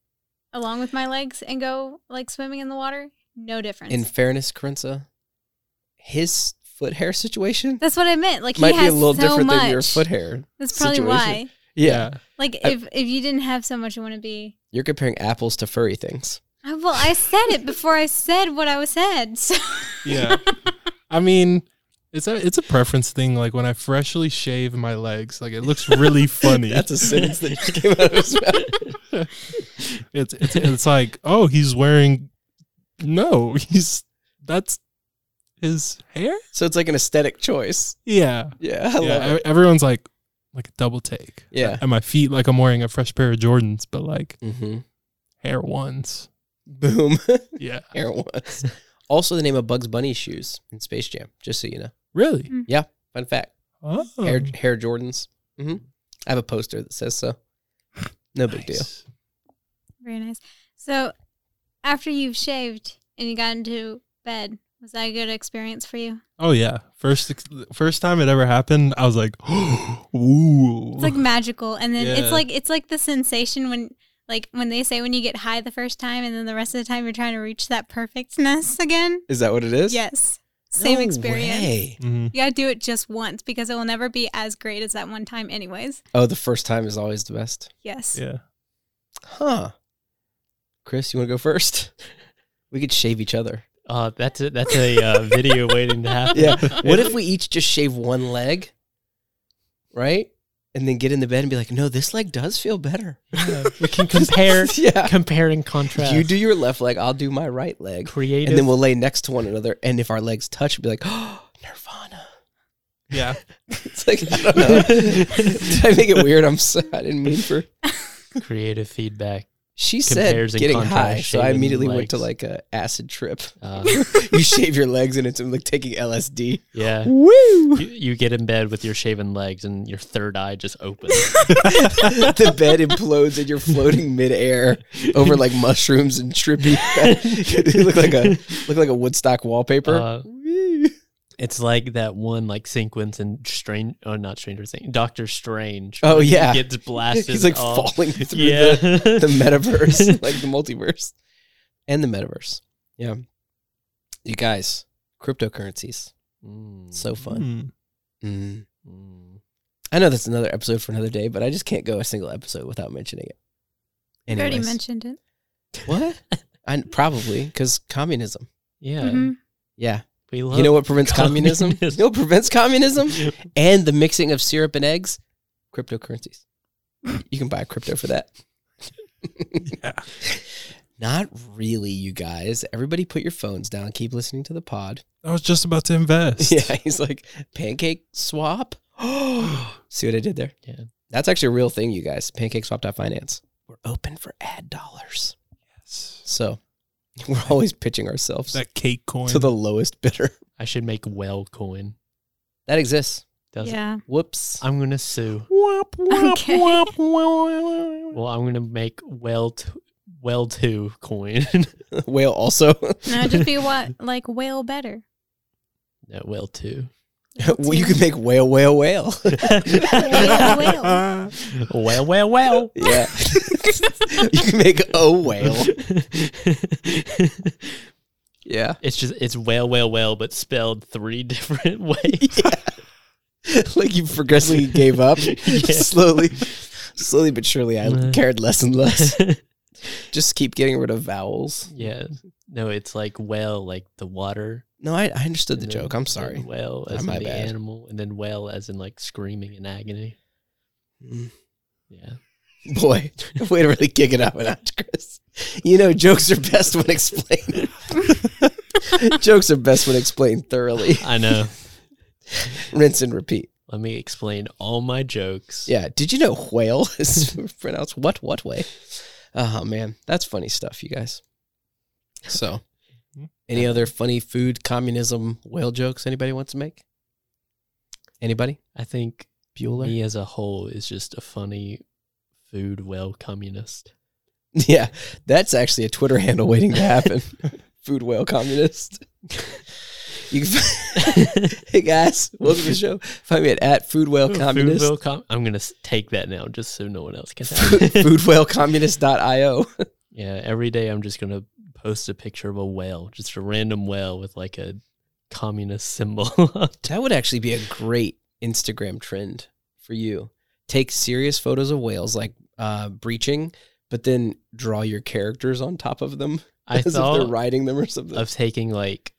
Speaker 3: along with my legs and go like swimming in the water. No difference.
Speaker 2: In fairness, Corinza, his foot hair situation
Speaker 3: That's what I meant. Like
Speaker 2: might
Speaker 3: he
Speaker 2: be
Speaker 3: has
Speaker 2: a little
Speaker 3: so
Speaker 2: different
Speaker 3: much.
Speaker 2: than your foot hair.
Speaker 3: That's probably
Speaker 2: situation.
Speaker 3: why.
Speaker 2: Yeah.
Speaker 3: Like
Speaker 2: I-
Speaker 3: if if you didn't have so much, you want to be.
Speaker 2: You're comparing apples to furry things.
Speaker 3: I, well, I said it before I said what I was said. So
Speaker 4: yeah. I mean, it's a it's a preference thing. Like when I freshly shave my legs, like it looks really funny.
Speaker 2: That's a sentence that just came out of his mouth.
Speaker 4: it's, it's it's like oh he's wearing no he's that's his hair.
Speaker 2: So it's like an aesthetic choice.
Speaker 4: Yeah,
Speaker 2: Yeah, I love
Speaker 4: yeah.
Speaker 2: it.
Speaker 4: e- Everyone's like like a double take.
Speaker 2: Yeah.
Speaker 4: and my feet like I'm wearing a fresh pair of Jordans, but like
Speaker 2: Mm-hmm.
Speaker 4: hair ones.
Speaker 2: Boom.
Speaker 4: Yeah,
Speaker 2: There it was. also, the name of Bugs Bunny shoes in Space Jam, just so you know.
Speaker 4: really.
Speaker 2: Fun fact
Speaker 4: Oh,
Speaker 2: Hair, hair Jordans. hmm I have a poster that says so. No big deal.
Speaker 4: nice.
Speaker 3: very nice. So after you've shaved and you got into bed, was that a good experience for you?
Speaker 4: Oh yeah, first ex- first time it ever happened, I was like, ooh,
Speaker 3: It's like magical, and then
Speaker 4: Yeah.
Speaker 3: it's like it's like the sensation when. Like when they say when you get high the first time and then the rest of the time you're trying to reach that perfectness again.
Speaker 2: Is that what it is?
Speaker 3: Yes.
Speaker 2: No
Speaker 3: Same experience.
Speaker 2: way.
Speaker 4: hmm
Speaker 3: You gotta do it just once because it will never be as great as that one time, anyways.
Speaker 2: Oh, the first time is always the best.
Speaker 3: Yes.
Speaker 4: Yeah.
Speaker 2: Huh. Chris, you want to go first? We could shave each other.
Speaker 1: Uh, that's a, that's a uh, video waiting to happen.
Speaker 2: Yeah. What if we each just shave one leg? Right? And then get in the bed and be like, no, this leg does feel better.
Speaker 1: Yeah, we can compare,
Speaker 2: yeah.
Speaker 1: compare and contrast.
Speaker 2: You do your left leg, I'll do my right leg.
Speaker 1: creative.
Speaker 2: And then we'll lay next to one another. And if our legs touch, we'll be like, oh, Nirvana.
Speaker 4: Yeah.
Speaker 2: It's like, I don't know. Did I make it weird? I'm so, I didn't mean for.
Speaker 1: creative feedback.
Speaker 2: She
Speaker 1: Compares
Speaker 2: said
Speaker 1: and
Speaker 2: getting
Speaker 1: contrasts
Speaker 2: high. So I
Speaker 1: shaving
Speaker 2: immediately went to
Speaker 1: legs.
Speaker 2: like a acid trip.
Speaker 1: Uh,
Speaker 2: you shave your legs and it's like taking LSD.
Speaker 1: yeah.
Speaker 2: Woo!
Speaker 1: You, you get in bed with your shaven legs and your third eye just opens.
Speaker 2: the bed implodes and you're floating midair over like mushrooms and trippy. you look like a look like a Woodstock wallpaper.
Speaker 1: Uh, it's like that one like sequence in Strange, oh not Stranger Things, Doctor Strange.
Speaker 2: oh
Speaker 1: when he
Speaker 2: yeah,
Speaker 1: gets blasted.
Speaker 2: he's like
Speaker 1: off.
Speaker 2: falling through
Speaker 1: Yeah,
Speaker 2: the, the metaverse, like the multiverse, and the metaverse. Yeah, you guys, cryptocurrencies,
Speaker 1: Mm,
Speaker 2: so
Speaker 3: Mm-hmm.
Speaker 2: fun.
Speaker 4: Hmm.
Speaker 2: Mm.
Speaker 1: mm.
Speaker 2: I know that's another episode for another day, but I just can't go a single episode without mentioning it.
Speaker 3: You already
Speaker 2: Anyways.
Speaker 3: mentioned it.
Speaker 2: What? I probably because communism.
Speaker 1: Yeah,
Speaker 3: Mhm.
Speaker 2: Yeah.
Speaker 1: we love.
Speaker 2: You know what prevents communism?
Speaker 1: communism.
Speaker 2: You know what prevents communism? And the mixing of syrup and eggs? Cryptocurrencies. You can buy crypto for that.
Speaker 4: Yeah.
Speaker 2: Not really, you guys. Everybody put your phones down. Keep listening to the pod.
Speaker 4: Hmm. I was just about to invest.
Speaker 2: Yeah, he's like, pancake swap? See what I did there?
Speaker 1: Yeah.
Speaker 2: That's actually a real thing, you guys. Pancakeswap.finance. We're open for ad dollars.
Speaker 4: Yes.
Speaker 2: So we're always pitching ourselves
Speaker 4: That cake coin.
Speaker 2: to the lowest bidder.
Speaker 1: I should make well coin.
Speaker 2: That exists.
Speaker 1: Does it?
Speaker 3: Yeah.
Speaker 2: Whoops.
Speaker 1: I'm gonna sue.
Speaker 4: Womp, womp,
Speaker 3: Okay.
Speaker 4: womp, womp.
Speaker 1: Well, I'm gonna make well t- well two coin.
Speaker 2: Whale also.
Speaker 3: No, just be what like whale better.
Speaker 1: no, well two.
Speaker 2: well, you can make whale, whale, whale.
Speaker 3: Whale, whale.
Speaker 1: Well, well, well.
Speaker 2: Yeah. you can make a whale. Yeah.
Speaker 1: It's just it's whale whale whale, but spelled three different ways.
Speaker 2: like you progressively gave up.
Speaker 1: Yeah.
Speaker 2: Slowly. Slowly but surely I
Speaker 1: Mhm.
Speaker 2: cared less and less. Just keep getting rid of vowels.
Speaker 1: yeah, no, it's like whale, like the water.
Speaker 2: No, I, I understood the
Speaker 1: and then-
Speaker 2: joke. I'm
Speaker 1: and
Speaker 2: sorry.
Speaker 1: Whale
Speaker 2: Ah,
Speaker 1: as in
Speaker 2: my
Speaker 1: the
Speaker 2: bad.
Speaker 1: animal, and then whale as in like screaming in agony.
Speaker 2: Mm.
Speaker 1: Yeah,
Speaker 2: Boy, way to really kick it up a notch, Chris. You know, jokes are best when explained. jokes are best when explained thoroughly.
Speaker 1: I know.
Speaker 2: Rinse and repeat.
Speaker 1: Let me explain all my jokes.
Speaker 2: Yeah. Did you know whale is pronounced what what way? Oh man, that's funny stuff, you guys. So,
Speaker 1: Mm-hmm.
Speaker 2: any other funny food communism whale jokes anybody wants to make? Anybody?
Speaker 1: I think
Speaker 2: Bueller?
Speaker 1: me as a whole is just a funny food whale communist.
Speaker 2: Yeah, that's actually a Twitter handle waiting to happen. Food whale communist. You can hey guys, welcome to the show. Find me at, at food whale
Speaker 1: Food
Speaker 2: Oh, communist.
Speaker 1: whale com- I'm gonna s- take that now, just so no one else can. have it.
Speaker 2: food whale communist.io.
Speaker 1: Yeah, every day I'm just gonna post a picture of a whale, just a random whale with like a communist symbol.
Speaker 2: That would actually be a great Instagram trend for you. Take serious photos of whales, like uh, breaching, but then draw your characters on top of them
Speaker 1: I
Speaker 2: as if they're
Speaker 1: thought
Speaker 2: riding them or something.
Speaker 1: of taking like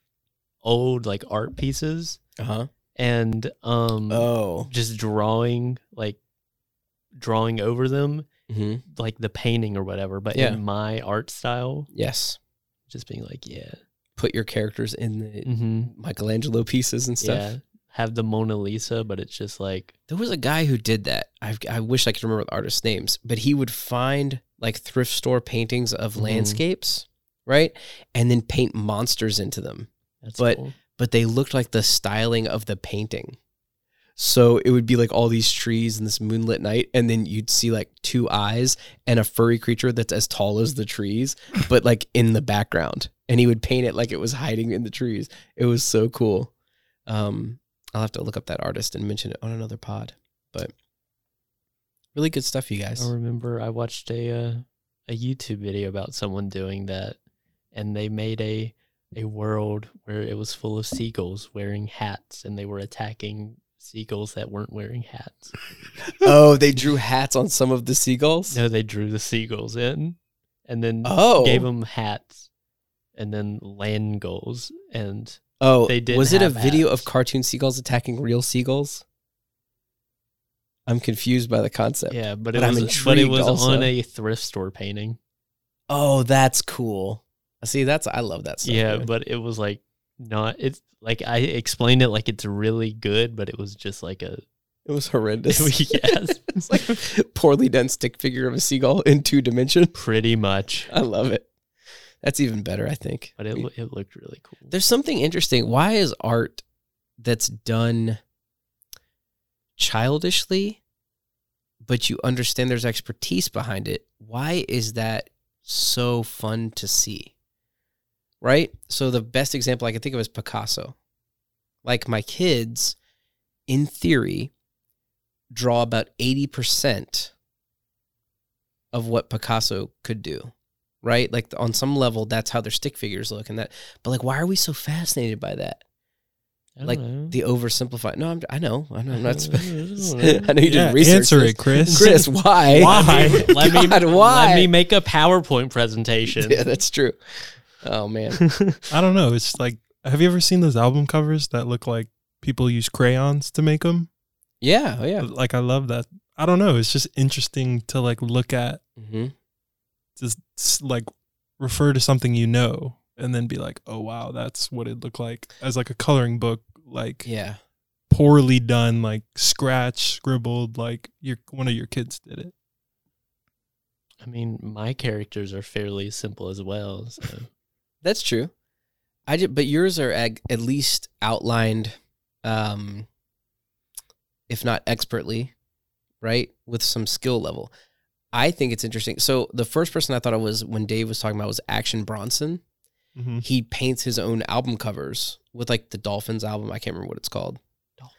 Speaker 1: old like art pieces
Speaker 2: Uh-huh.
Speaker 1: and um
Speaker 2: Oh.
Speaker 1: just drawing like drawing over them
Speaker 2: hmm
Speaker 1: like the painting or whatever, but
Speaker 2: Yeah.
Speaker 1: in my art style,
Speaker 2: Yes.
Speaker 1: just being like, yeah,
Speaker 2: Put your characters in the
Speaker 1: mm-hmm,
Speaker 2: Michelangelo pieces and stuff.
Speaker 1: yeah, have the Mona Lisa, but it's just like
Speaker 2: There was a guy who did that. I, I wish I could remember the artist's names, but he would find like thrift store paintings of
Speaker 1: Mhm.
Speaker 2: landscapes, right? And then paint monsters into them.
Speaker 1: that's
Speaker 2: But-
Speaker 1: cool.
Speaker 2: but they looked like the styling of the painting. So it would be like all these trees and this moonlit night, and then you'd see like two eyes and a furry creature that's as tall as the trees, but like in the background. And he would paint it like it was hiding in the trees. It was so cool. Um, I'll have to look up that artist and mention it on another pod. But really good stuff, you guys.
Speaker 1: I remember I watched a uh, a YouTube video about someone doing that, and they made a a world where it was full of seagulls wearing hats and they were attacking seagulls that weren't wearing hats.
Speaker 2: oh, they drew hats on some of the seagulls.
Speaker 1: No, they drew the seagulls in and then
Speaker 2: Oh,
Speaker 1: gave them hats and then land goals. And
Speaker 2: oh,
Speaker 1: they didn't
Speaker 2: Was it a
Speaker 1: have
Speaker 2: video
Speaker 1: hats.
Speaker 2: of cartoon seagulls attacking real seagulls? I'm confused by the concept.
Speaker 1: yeah, but it
Speaker 2: But I'm
Speaker 1: was, but it
Speaker 2: intrigued
Speaker 1: was
Speaker 2: also.
Speaker 1: on a thrift store painting.
Speaker 2: Oh, that's cool. See, that's I love that stuff.
Speaker 1: yeah,
Speaker 2: man.
Speaker 1: but it was like not, it's like I explained it like it's really good, but it was just like a,
Speaker 2: it was horrendous.
Speaker 1: Yes.
Speaker 2: it's like a poorly done stick figure of a seagull in two dimension.
Speaker 1: pretty much.
Speaker 2: I love it. That's even better, I think.
Speaker 1: But it, loo- it looked really cool.
Speaker 2: There's something interesting. Why is art that's done childishly, but you understand there's expertise behind it? Why is that so fun to see? Right? So, the best example I can think of is Picasso. Like, my kids, in theory, draw about 80% of what Picasso could do. Right? Like, on some level, that's how their stick figures look. And that, but like, why are we so fascinated by that?
Speaker 1: I don't
Speaker 2: like,
Speaker 1: know.
Speaker 2: The oversimplified. No, I'm, I know. I know. I'm not.
Speaker 1: I don't know.
Speaker 2: I know you
Speaker 4: Yeah,
Speaker 2: did research.
Speaker 4: answer
Speaker 2: this.
Speaker 4: it, Chris.
Speaker 2: Chris, why?
Speaker 4: Why?
Speaker 1: Let me,
Speaker 2: God, why?
Speaker 1: let me make a PowerPoint presentation.
Speaker 2: Yeah, that's true. Oh man.
Speaker 4: I don't know. It's like, have you ever seen those album covers that look like people use crayons to make them?
Speaker 2: Yeah. Oh yeah.
Speaker 4: Like, I love that. I don't know. It's just interesting to like look at,
Speaker 2: hmm
Speaker 4: just s- like refer to something you know, and then be like, oh wow, that's what it looked like as like a coloring book, like
Speaker 2: Yeah.
Speaker 4: poorly done, like scratch scribbled, like your one of your kids did it.
Speaker 1: I mean, my characters are fairly simple as well. So.
Speaker 2: That's true. I did, but yours are ag- at least outlined, um, if not expertly, right? With some skill level. I think it's interesting. So the first person I thought of was when Dave was talking about was Action Bronson.
Speaker 4: Mm-hmm.
Speaker 2: he paints his own album covers with like the Dolphins album. I can't remember what it's called.
Speaker 1: Dolphins.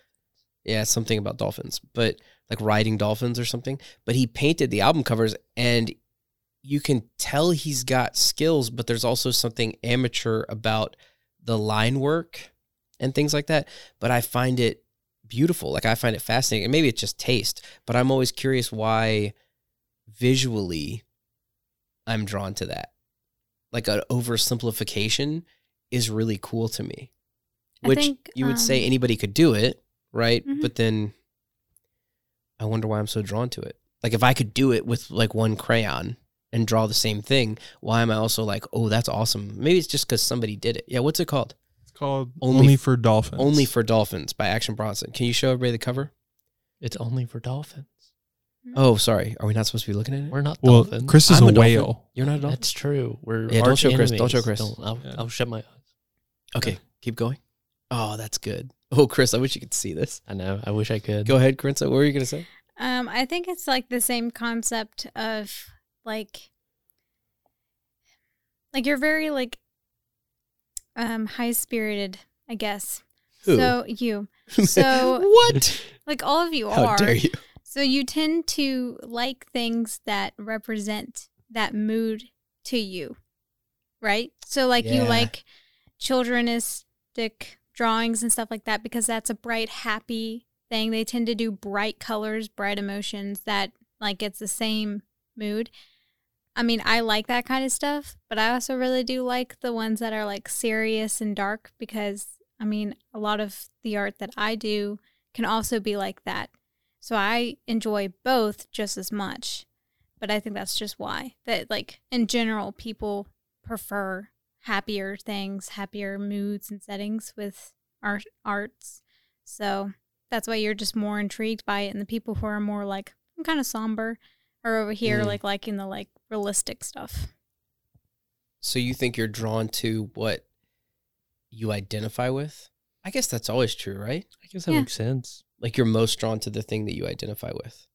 Speaker 2: Yeah, it's something about dolphins, but like riding dolphins or something. But he painted the album covers and you can tell he's got skills, but there's also something amateur about the line work and things like that. But I find it beautiful. Like I find it fascinating. And maybe it's just taste, but I'm always curious why visually I'm drawn to that like an oversimplification is really cool to me.
Speaker 3: I
Speaker 2: Which
Speaker 3: think,
Speaker 2: you would say
Speaker 3: um,
Speaker 2: anybody could do it, right?
Speaker 3: Mhm.
Speaker 2: But then I wonder why I'm so drawn to it. Like if I could do it with like one crayon and draw the same thing, why am I also like, oh, that's awesome? Maybe it's just because somebody did it. Yeah, what's it called?
Speaker 4: It's called
Speaker 2: Only
Speaker 4: Only,
Speaker 2: f-
Speaker 4: for Dolphins.
Speaker 2: Only for Dolphins by Action Bronson. Can you show everybody the cover?
Speaker 1: It's only for dolphins.
Speaker 2: Oh, sorry. Are we not supposed to be looking at it?
Speaker 1: We're not
Speaker 4: well,
Speaker 1: dolphins.
Speaker 4: Chris is
Speaker 2: I'm
Speaker 4: a,
Speaker 2: a dolphin.
Speaker 4: whale.
Speaker 2: You're not a dolphin.
Speaker 1: That's true. We're
Speaker 2: Yeah, don't show
Speaker 1: arch
Speaker 2: Chris. Don't show
Speaker 1: enemies.
Speaker 2: Chris.
Speaker 1: I'll,
Speaker 4: Yeah.
Speaker 1: I'll shut my eyes.
Speaker 2: Okay, keep going. Oh, that's good. Oh, Chris, I wish you could see this.
Speaker 1: I know. I wish I could.
Speaker 2: Go ahead, Corinza. What were you gonna say?
Speaker 3: Um, I think it's like the same concept of like like you're very like um high spirited, I guess.
Speaker 2: Who?
Speaker 3: So you. So-
Speaker 2: what?
Speaker 3: Like all of you
Speaker 2: How
Speaker 3: are.
Speaker 2: dare you?
Speaker 3: So you tend to like things that represent that mood to you. Right? So like you
Speaker 2: Yeah.
Speaker 3: like childrenistic drawings and stuff like that because that's a bright happy thing. They tend to do bright colors, bright emotions that like it's the same mood. I mean, I like that kind of stuff, but I also really do like the ones that are like serious and dark because I mean, a lot of the art that I do can also be like that. So I enjoy both just as much. But I think that's just why that like in general people prefer happier things, happier moods and settings with art arts. So that's why you're just more intrigued by it and the people who are more like I'm kind of somber are over here
Speaker 2: Mm.
Speaker 3: like liking the like realistic stuff.
Speaker 2: So you think you're drawn to what you identify with? I guess that's always true, right?
Speaker 1: I guess that
Speaker 3: Yeah.
Speaker 1: makes sense.
Speaker 2: Like you're most drawn to the thing that you identify with.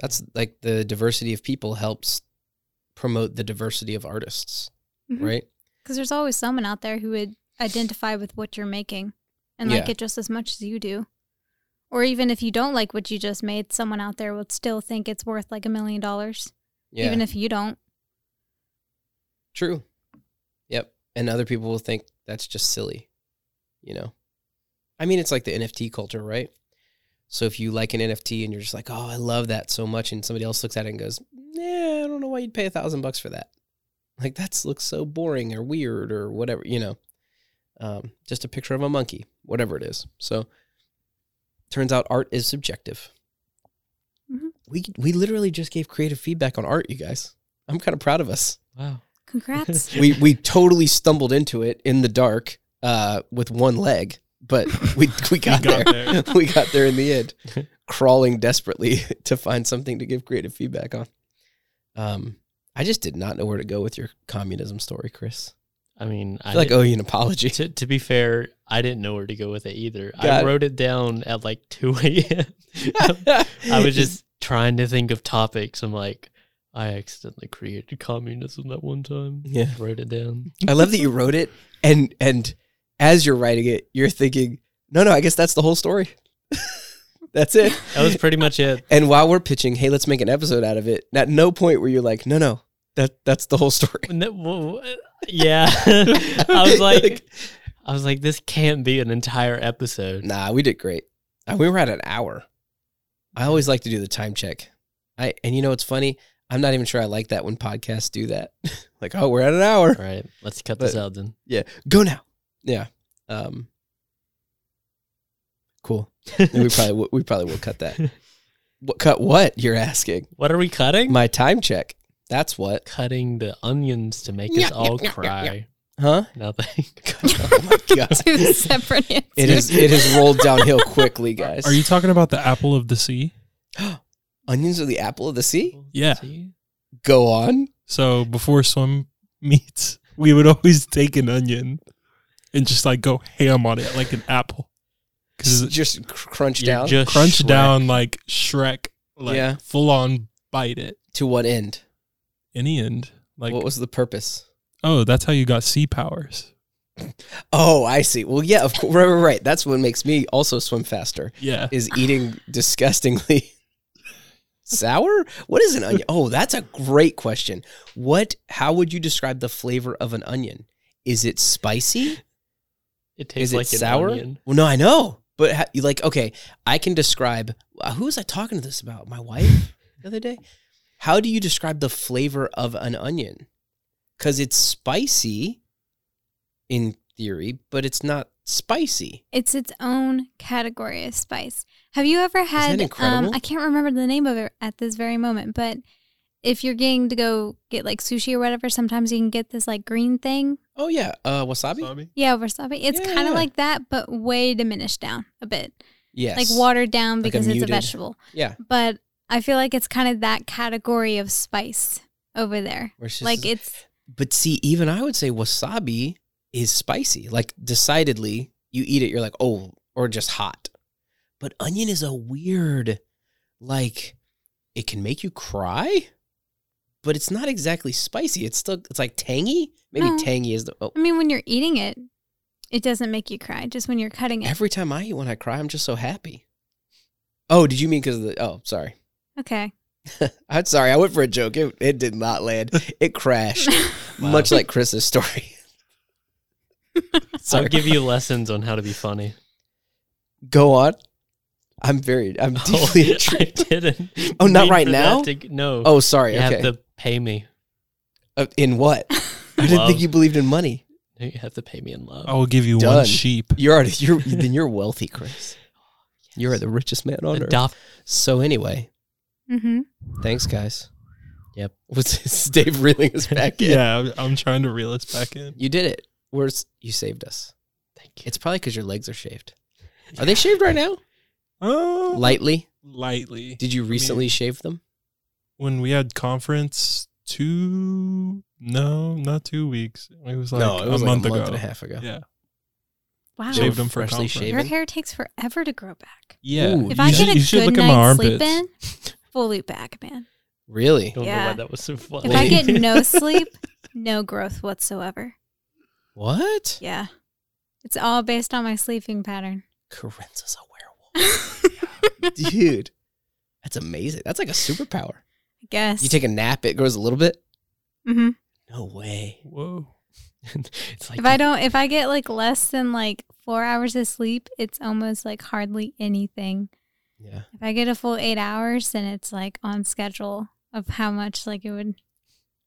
Speaker 2: That's like the diversity of people helps promote the diversity of artists,
Speaker 3: Mhm.
Speaker 2: right?
Speaker 3: Cuz there's always someone out there who would identify with what you're making and like
Speaker 2: Yeah.
Speaker 3: it just as much as you do. Or even if you don't like what you just made, someone out there would still think it's worth like a million dollars.
Speaker 2: Yeah.
Speaker 3: even if you don't.
Speaker 2: true. Yep. and other people will think that's just silly, you know. I mean, it's like the NFT culture, right? So if you like an NFT and you're just like, "Oh, I love that so much," and somebody else looks at it and goes, "Yeah, I don't know why you'd pay a thousand bucks for that. Like that looks so boring or weird or whatever, you know. Um, just a picture of a monkey, whatever it is." So turns out art is subjective.
Speaker 3: Mhm.
Speaker 2: We we literally just gave creative feedback on art, you guys. I'm kind of proud of us
Speaker 1: Wow.
Speaker 3: Congrats.
Speaker 2: we we totally stumbled into it in the dark uh, with one leg, but we we got,
Speaker 4: got
Speaker 2: there. we got there in the end, crawling desperately to find something to give creative feedback on. Um, I just did not know where to go with your communism story, Chris.
Speaker 1: I mean, I
Speaker 2: I feel like
Speaker 1: did-
Speaker 2: owe you an apology.
Speaker 1: to, to be fair, I didn't know where to go with it either.
Speaker 2: Got
Speaker 1: I
Speaker 2: it.
Speaker 1: wrote it down at like 2 a.m. I was just trying to think of topics. I'm like, I accidentally created communism that one time.
Speaker 2: yeah.
Speaker 1: Wrote it down.
Speaker 2: I love that you wrote it, and and as you're writing it, you're thinking, no, no, I guess that's the whole story. that's it.
Speaker 1: That was pretty much it.
Speaker 2: And while we're pitching, hey, let's make an episode out of it. At no point were you like, no, no, that that's the whole story.
Speaker 1: And that- whoa, whoa, yeah. I was like, I was like, this can't be an entire episode.
Speaker 2: nah, we did great. Uh, We were at an hour. I always like to do the time check. I and you know what's funny? I'm not even sure I like that when podcasts do that. like, oh, we're at an hour.
Speaker 1: All right, let's cut this
Speaker 2: But-
Speaker 1: out then.
Speaker 2: Yeah, go now. Yeah. Um. Cool. we probably will- we probably will cut that. What, cut what? You're asking.
Speaker 1: What are we cutting?
Speaker 2: My time check. That's what.
Speaker 1: cutting the onions to make
Speaker 2: Yeah,
Speaker 1: us all
Speaker 2: yeah, yeah, yeah,
Speaker 1: cry.
Speaker 2: Huh?
Speaker 1: Nothing.
Speaker 2: oh my god.
Speaker 3: Two separate answers.
Speaker 2: It is. It has rolled downhill quickly, guys.
Speaker 4: Are you talking about the apple of the sea?
Speaker 2: onions are the apple of the sea?
Speaker 4: Yeah.
Speaker 1: See?
Speaker 2: Go on.
Speaker 4: So before swim meets, we would always take an onion and just like go ham on it like an apple. Because
Speaker 2: Just cr- crunch
Speaker 1: You're
Speaker 2: down
Speaker 1: just
Speaker 4: crunch
Speaker 1: Shrek.
Speaker 4: down like Shrek, like
Speaker 2: Yeah.
Speaker 4: full on bite it.
Speaker 2: to what end?
Speaker 4: Any end. Like,
Speaker 2: what was the purpose?
Speaker 4: oh, that's how you got sea powers.
Speaker 2: Oh, I see. Well, yeah, of course. Right, right, right. That's what makes me also swim faster
Speaker 4: Yeah.
Speaker 2: is eating disgustingly sour. What is an onion? Oh, that's a great question. What? How would you describe the flavor of an onion? Is it spicy?
Speaker 1: It tastes
Speaker 2: is it
Speaker 1: like
Speaker 2: sour?
Speaker 1: an onion.
Speaker 2: Well, no, I know, but ha- you like okay, I can describe. uh, Who was I talking to this about? My wife the other day. How do you describe the flavor of an onion? Because it's spicy, in theory, but it's not spicy.
Speaker 3: It's its own category of spice. Have you ever had? um,
Speaker 2: incredible?
Speaker 3: I can't remember the name of it at this very moment, but if you're getting to go get like sushi or whatever, sometimes you can get this like green thing.
Speaker 2: Oh yeah, uh, wasabi.
Speaker 3: Yeah, wasabi. It's kind
Speaker 2: Yeah.
Speaker 3: of like that, but way diminished down a bit,
Speaker 2: Yes,
Speaker 3: like watered down
Speaker 2: Like a
Speaker 3: because it's a
Speaker 2: muted-
Speaker 3: vegetable.
Speaker 2: Yeah,
Speaker 3: But I feel like it's kind of that category of spice over there.
Speaker 2: where it's just-
Speaker 3: Like it's
Speaker 2: but see, even I would say wasabi is spicy. Like decidedly, you eat it, you're like, oh, or just hot. But onion is a weird, like, it can make you cry, but it's not exactly spicy. It's still, it's like tangy. Maybe
Speaker 3: No.
Speaker 2: tangy is the. Oh.
Speaker 3: I mean, when you're eating it, it doesn't make you cry. Just when you're cutting it.
Speaker 2: Every time I eat one, I cry. I'm just so happy. Oh, did you mean because of the? Oh, sorry.
Speaker 3: okay.
Speaker 2: I'm sorry. I went for a joke. It, it did not land. It crashed, much like Chris's story.
Speaker 1: I'll give you lessons on how to be funny.
Speaker 2: Go on. I'm very. I'm deeply
Speaker 1: I
Speaker 2: intrigued.
Speaker 1: didn't.
Speaker 2: Oh, not
Speaker 1: mean
Speaker 2: right
Speaker 1: for that
Speaker 2: now?
Speaker 1: to- no.
Speaker 2: Oh, sorry.
Speaker 1: you have
Speaker 2: okay.
Speaker 1: to pay me.
Speaker 2: Uh, in what? I didn't think
Speaker 1: Love.
Speaker 2: you believed in money.
Speaker 1: You have to pay me in
Speaker 2: Oh,
Speaker 1: love.
Speaker 4: I will give you
Speaker 2: Done.
Speaker 4: one sheep.
Speaker 2: You're already. You're then you're wealthy, Chris. You're the richest man on earth.
Speaker 1: Adopt.
Speaker 2: So anyway,
Speaker 3: hmm
Speaker 2: thanks, guys.
Speaker 1: Yep.
Speaker 2: What's this? Dave reeling us back in?
Speaker 4: Yeah, I'm- I'm trying to reel us back in.
Speaker 2: You did it. We're, s- you saved us.
Speaker 1: Thank you.
Speaker 2: It's probably because your legs are shaved. Are they shaved right now?
Speaker 4: Oh,
Speaker 2: Lightly.
Speaker 4: lightly.
Speaker 2: Did you recently
Speaker 4: mean-
Speaker 2: shave them?
Speaker 4: when we had conference two no not two weeks it was like a month ago
Speaker 2: and a half ago.
Speaker 4: yeah
Speaker 3: Wow.
Speaker 4: Shaved
Speaker 2: They were
Speaker 4: them for
Speaker 2: freshly
Speaker 4: conference.
Speaker 2: shaved.
Speaker 3: Your
Speaker 2: Even-
Speaker 3: hair takes forever to grow back.
Speaker 4: yeah
Speaker 2: Ooh,
Speaker 3: If
Speaker 2: You
Speaker 3: I
Speaker 2: should-
Speaker 3: get a good night's sleep in, full loop back, man.
Speaker 2: Really?
Speaker 1: Don't know
Speaker 3: Yeah.
Speaker 1: why that was so funny.
Speaker 3: If I get no sleep, no growth whatsoever.
Speaker 2: What?
Speaker 3: Yeah. It's all based on my sleeping pattern.
Speaker 2: Corinne's is a werewolf, dude. That's amazing. That's like a superpower.
Speaker 3: I guess.
Speaker 2: You take a nap, it grows a little bit.
Speaker 3: hmm
Speaker 2: No way.
Speaker 4: whoa
Speaker 1: it's like
Speaker 3: If I don't, if I get like less than like four hours of sleep, it's almost like hardly anything.
Speaker 2: Yeah.
Speaker 3: If I get a full eight hours, then it's like on schedule of how much like it would.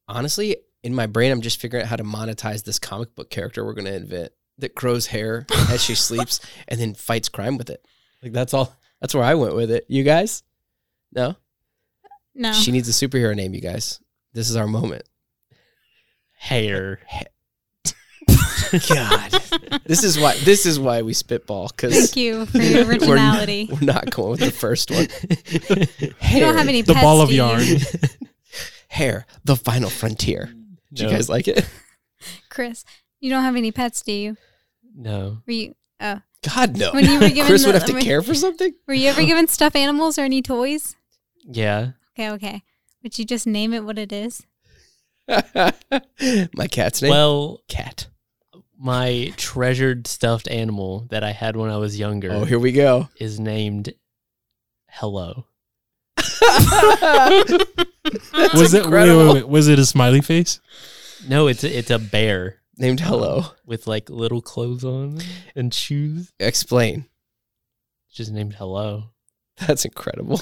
Speaker 2: Honestly, in my brain, I'm just figuring out how to monetize this comic book character we're going to invent that grows hair as she sleeps and then fights crime with it. Like that's all. That's where I went with it. You guys? No.
Speaker 3: No,
Speaker 2: She needs a superhero name. You guys. This is our moment.
Speaker 1: hair.
Speaker 2: God, this is why. This is why we spitball because
Speaker 3: thank you for your
Speaker 2: We're-
Speaker 3: originality.
Speaker 2: we're not going with the first one.
Speaker 3: You
Speaker 2: Hair,
Speaker 3: don't have any
Speaker 4: The
Speaker 3: pets,
Speaker 4: ball of
Speaker 3: do you?
Speaker 4: yarn.
Speaker 2: hair, the final frontier. Do
Speaker 1: No.
Speaker 2: you guys like it?
Speaker 3: Chris. You don't have any pets, do you?
Speaker 1: No.
Speaker 3: Were you
Speaker 2: God no.
Speaker 3: When you were given
Speaker 2: Chris would
Speaker 3: the-
Speaker 2: have to
Speaker 3: when-
Speaker 2: care for something.
Speaker 3: were you ever given stuffed animals or any toys?
Speaker 1: Yeah.
Speaker 3: Okay, okay. Would you just name it what it is?
Speaker 2: My cat's name.
Speaker 1: Well,
Speaker 2: cat.
Speaker 1: my treasured stuffed animal that I had when I was younger
Speaker 2: Oh, here we go.
Speaker 1: is named Hello.
Speaker 4: was it wait, wait,
Speaker 2: incredible.
Speaker 4: wait, was it a smiley face?
Speaker 1: No, it's a, it's a bear
Speaker 2: Named Hello.
Speaker 1: with like little clothes on and shoes.
Speaker 2: Explain.
Speaker 1: It's just named Hello.
Speaker 2: That's incredible.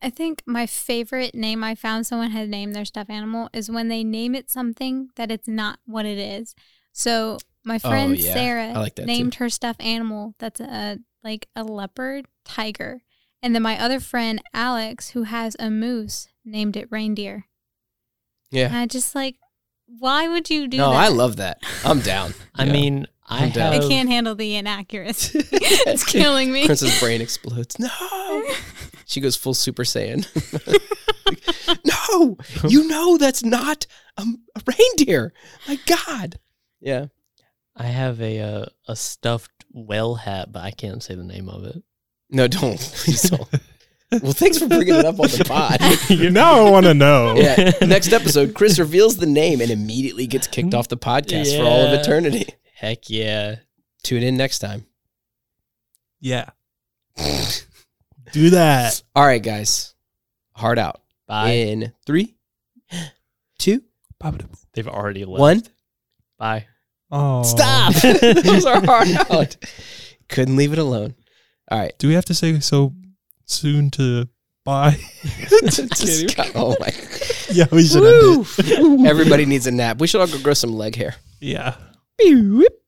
Speaker 3: I think my favorite name I found someone had named their stuffed animal is when they name it something that it's not what it is. So my
Speaker 2: Oh,
Speaker 3: friend
Speaker 2: yeah.
Speaker 3: Sarah
Speaker 2: I like that too.
Speaker 3: named her stuffed animal that's a like a leopard tiger. And then my other friend Alex, who has a moose, named it reindeer. And
Speaker 2: Yeah.
Speaker 3: I just like, why would you do
Speaker 2: No,
Speaker 3: that?
Speaker 2: I love that. I'm down.
Speaker 1: I
Speaker 2: Yeah. uh,
Speaker 1: mean, I
Speaker 2: I'm down.
Speaker 1: have,
Speaker 3: I can't handle the inaccuracy. it's killing me.
Speaker 2: Prince's brain explodes. No. She goes full Super Saiyan. no, you know that's not a, a reindeer. My God. Yeah.
Speaker 1: I have a uh, a stuffed whale hat, but I can't say the name of it.
Speaker 2: No, don't. Please don't. well, thanks for bringing it up on the pod.
Speaker 4: now I want to know.
Speaker 2: Yeah. Next episode, Chris reveals the name and immediately gets kicked off the podcast for all of
Speaker 1: Yeah.
Speaker 2: eternity.
Speaker 1: Heck yeah.
Speaker 2: Tune in next time.
Speaker 4: Yeah. Do
Speaker 1: Uh,
Speaker 4: that.
Speaker 2: All right, guys. Hard out.
Speaker 1: Bye.
Speaker 2: In three, two,
Speaker 1: They've already left.
Speaker 2: one.
Speaker 1: Bye.
Speaker 4: Oh.
Speaker 2: Stop. Those are hard out. Couldn't leave it alone. All right.
Speaker 4: Do we have to say so soon to bye?
Speaker 2: Just got- oh my.
Speaker 4: yeah, we should end
Speaker 2: Everybody needs a nap. We should all go grow some leg hair.
Speaker 4: it. Yeah.
Speaker 2: Beep.